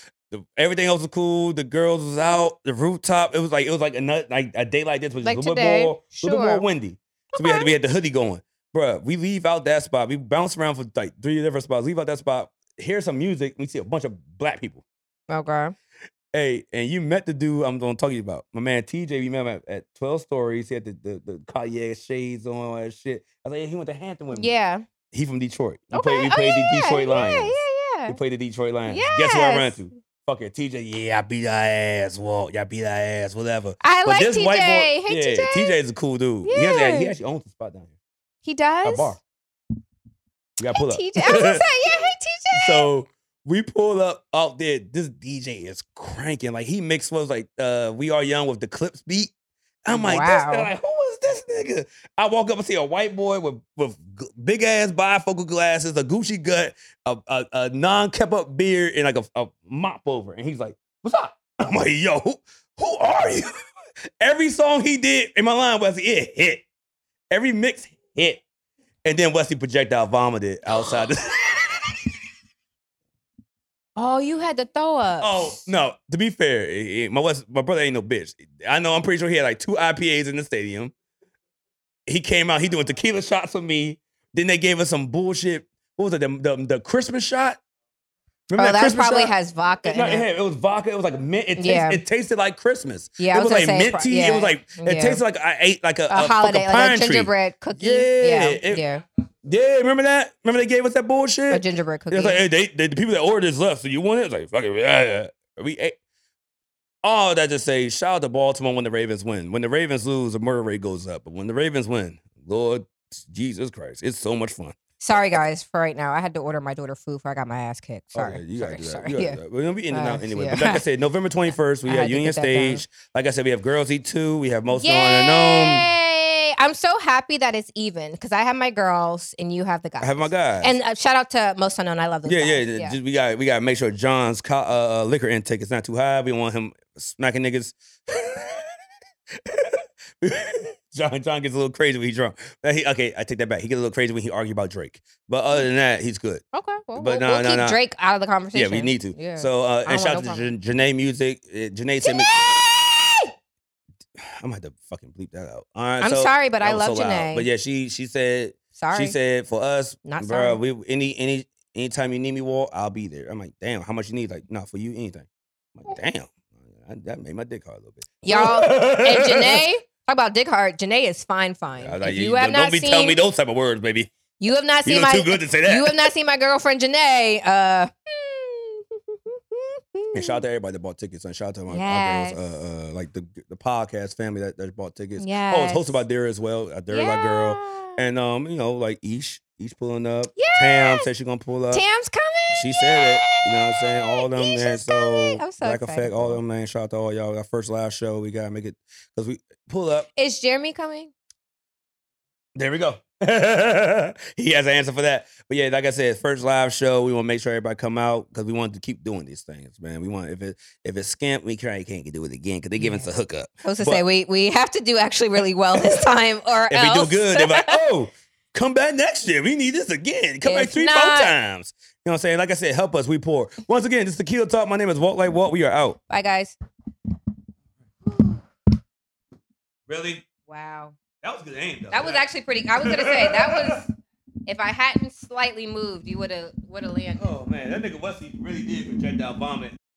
the, everything else was cool. The girls was out. The rooftop. It was like it was like another like a day like this was
Like
a little
today,
bit more, little bit more
sure.
windy. So we had we had the hoodie going, Bruh, We leave out that spot. We bounce around for like three different spots. Leave out that spot. Hear some music. We see a bunch of black people.
Okay.
Hey, and you met the dude I'm gonna talk to you about. My man TJ, we met him at, at 12 Stories. He had the, the, the Cartier shades on, all that shit. I was like, yeah, he went to Hampton with me.
Yeah. Okay.
He from Detroit. We
oh,
played, we played
yeah,
the Detroit
yeah,
Lions.
Yeah,
We
yeah.
played the Detroit Lions. Guess who I ran
Yes.
to? Fuck it, TJ. Yeah, I beat our ass, Walt. Y'all beat our ass, whatever.
I like TJ.
boy,
hey,
yeah,
TJ.
TJ is a cool dude. He, actually, he
Yeah.
actually owns the spot down here.
He does.
A bar. We got
Hey,
to pull up.
TJ. I was gonna say, yeah, hey, TJ.
so we pull up out there. This DJ is cranking. Like he mixed what was like uh We Are Young with the Clips beat. I'm like, this
Wow.
nigga, like, who is this nigga? I walk up and see a white boy with with g- big ass bifocal glasses, a Gucci gut, a, a, a non kept up beard, and like a, a mop over. And he's like, "What's up?" I'm like, "Yo, who, who are you?" Every song he did in my line was it hit. Every mix hit. And then Wesley projectile vomited outside. The-
Oh, you had to throw up.
Oh no! To be fair, it- it- my West, my brother ain't no bitch. I know. I'm pretty sure he had like two IPAs in the stadium. He came out. He doing tequila shots with me. Then they gave us some bullshit. What was it? The the, the Christmas shot.
Oh, that,
Christmas
probably
shot?
has vodka
No,
in it.
it, was vodka. It was like mint. It, tastes-
Yeah.
it tasted like Christmas.
Yeah, I
it was,
was gonna
like
say
minty.
it pro-
It was
yeah,
like it
yeah.
tasted like I ate like a,
A, holiday,
fucking pine
like a
tree.
gingerbread cookie.
Yeah,
yeah,
it-
yeah.
Yeah, remember that? Remember they gave us that bullshit?
a gingerbread cookie.
It's like, hey, they, they, the people that ordered this left, so you want it? It's like, fuck it, yeah, yeah. We ate. All that to say, shout out to Baltimore when the Ravens win. When the Ravens lose, the murder rate goes up. But when the Ravens win, Lord Jesus Christ, it's so much fun.
Sorry, guys, for right now, I had to order my daughter food for I got my ass kicked. Sorry,
Okay, Oh, you
sorry,
gotta do that.
sorry.
You gotta
yeah.
do that. We're gonna be in and
Uh,
out anyway.
yeah.
But like I said, November 21st, we
I
have
had to get
Union
that down.
Stage. Like I said, we have Girls Eat 2. We have Most Known and Known.
Yay! I'm so happy that it's even because I have my girls and you have the guys.
I have my guys.
And uh, shout out to Most Unknown. I love those
yeah,
guys.
yeah, yeah. Just, we got we got to make sure John's co- uh, uh, liquor intake is not too high. We don't want him smacking niggas. John John gets a little crazy when he's drunk. Uh, he- okay, I take that back. He gets a little crazy when he argue about Drake. But other than that, he's good.
Okay, well, we'll,
But no,
we'll
no,
keep
no.
Drake out of the
Yeah,
conversation.
we need to.
Yeah.
So uh,
I
and
don't
shout
want no
out to Jan- Janae Music. Uh, Janae sent me.
Janae!
I'm gonna have to fucking bleep that out. All right,
I'm
so-
sorry, but
that
I
was
love
so loud.
Janae.
But yeah, she she said
Sorry.
She said for us,
Not
bro,
sorry.
we any any anytime you need me, Walt, I'll be there. I'm like, damn, how much you need? Like, not for you, anything. I'm like, damn. I, that made my dick hard a little bit.
Y'all, and Janae, talk about Dick Hart. Janae is fine, fine.
I was like,
if
you,
you, have
don't, don't
not
be
seen,
telling me those type of words, baby.
you have not
You
seen
look
my,
too good to say that.
you have not seen my girlfriend Janae. Uh,
and shout out to everybody that bought tickets and shout out to my, my
Yes.
girls, uh, uh, like the the podcast family that, that bought tickets.
Yes.
Oh, it's hosted by Dara as well. Uh, Dara's our girl.
Yeah.
And um, you know, like Ish, Ish pulling up.
Yeah.
Tam said she's gonna pull up.
Tam's coming.
uh, She said it. You know what I'm saying? All them,
Keisha's
man. So,
coming. I'm so
Black
excited
Effect, all
for
them, man. Shout out to all y'all. Our first live show. We got to make it because we pull up.
Is Jeremy coming?
There we go. he has an answer for that. But yeah, like I said, first live show. We want to make sure everybody come out because we want to keep doing these things, man. We want if it if it's skimp, we can't can't do it again because they giving us a hookup.
I was to
But-
say we we have to do actually really well this time, or
If
else.
we do good, they're like, oh, Come back next year. We need this again. Come back
If
three,
not-
four times. You know what I'm saying? Like I said, help us. We poor. Once again, this is Tequila Talk. My name is Walt Like Walt. We are out.
Bye, guys.
Really?
Wow.
That was good aim, though.
That was actually pretty. I was gonna say that was. If I hadn't slightly moved, you would have would have landed.
Oh, man. That nigga Wesley really did projectile vomit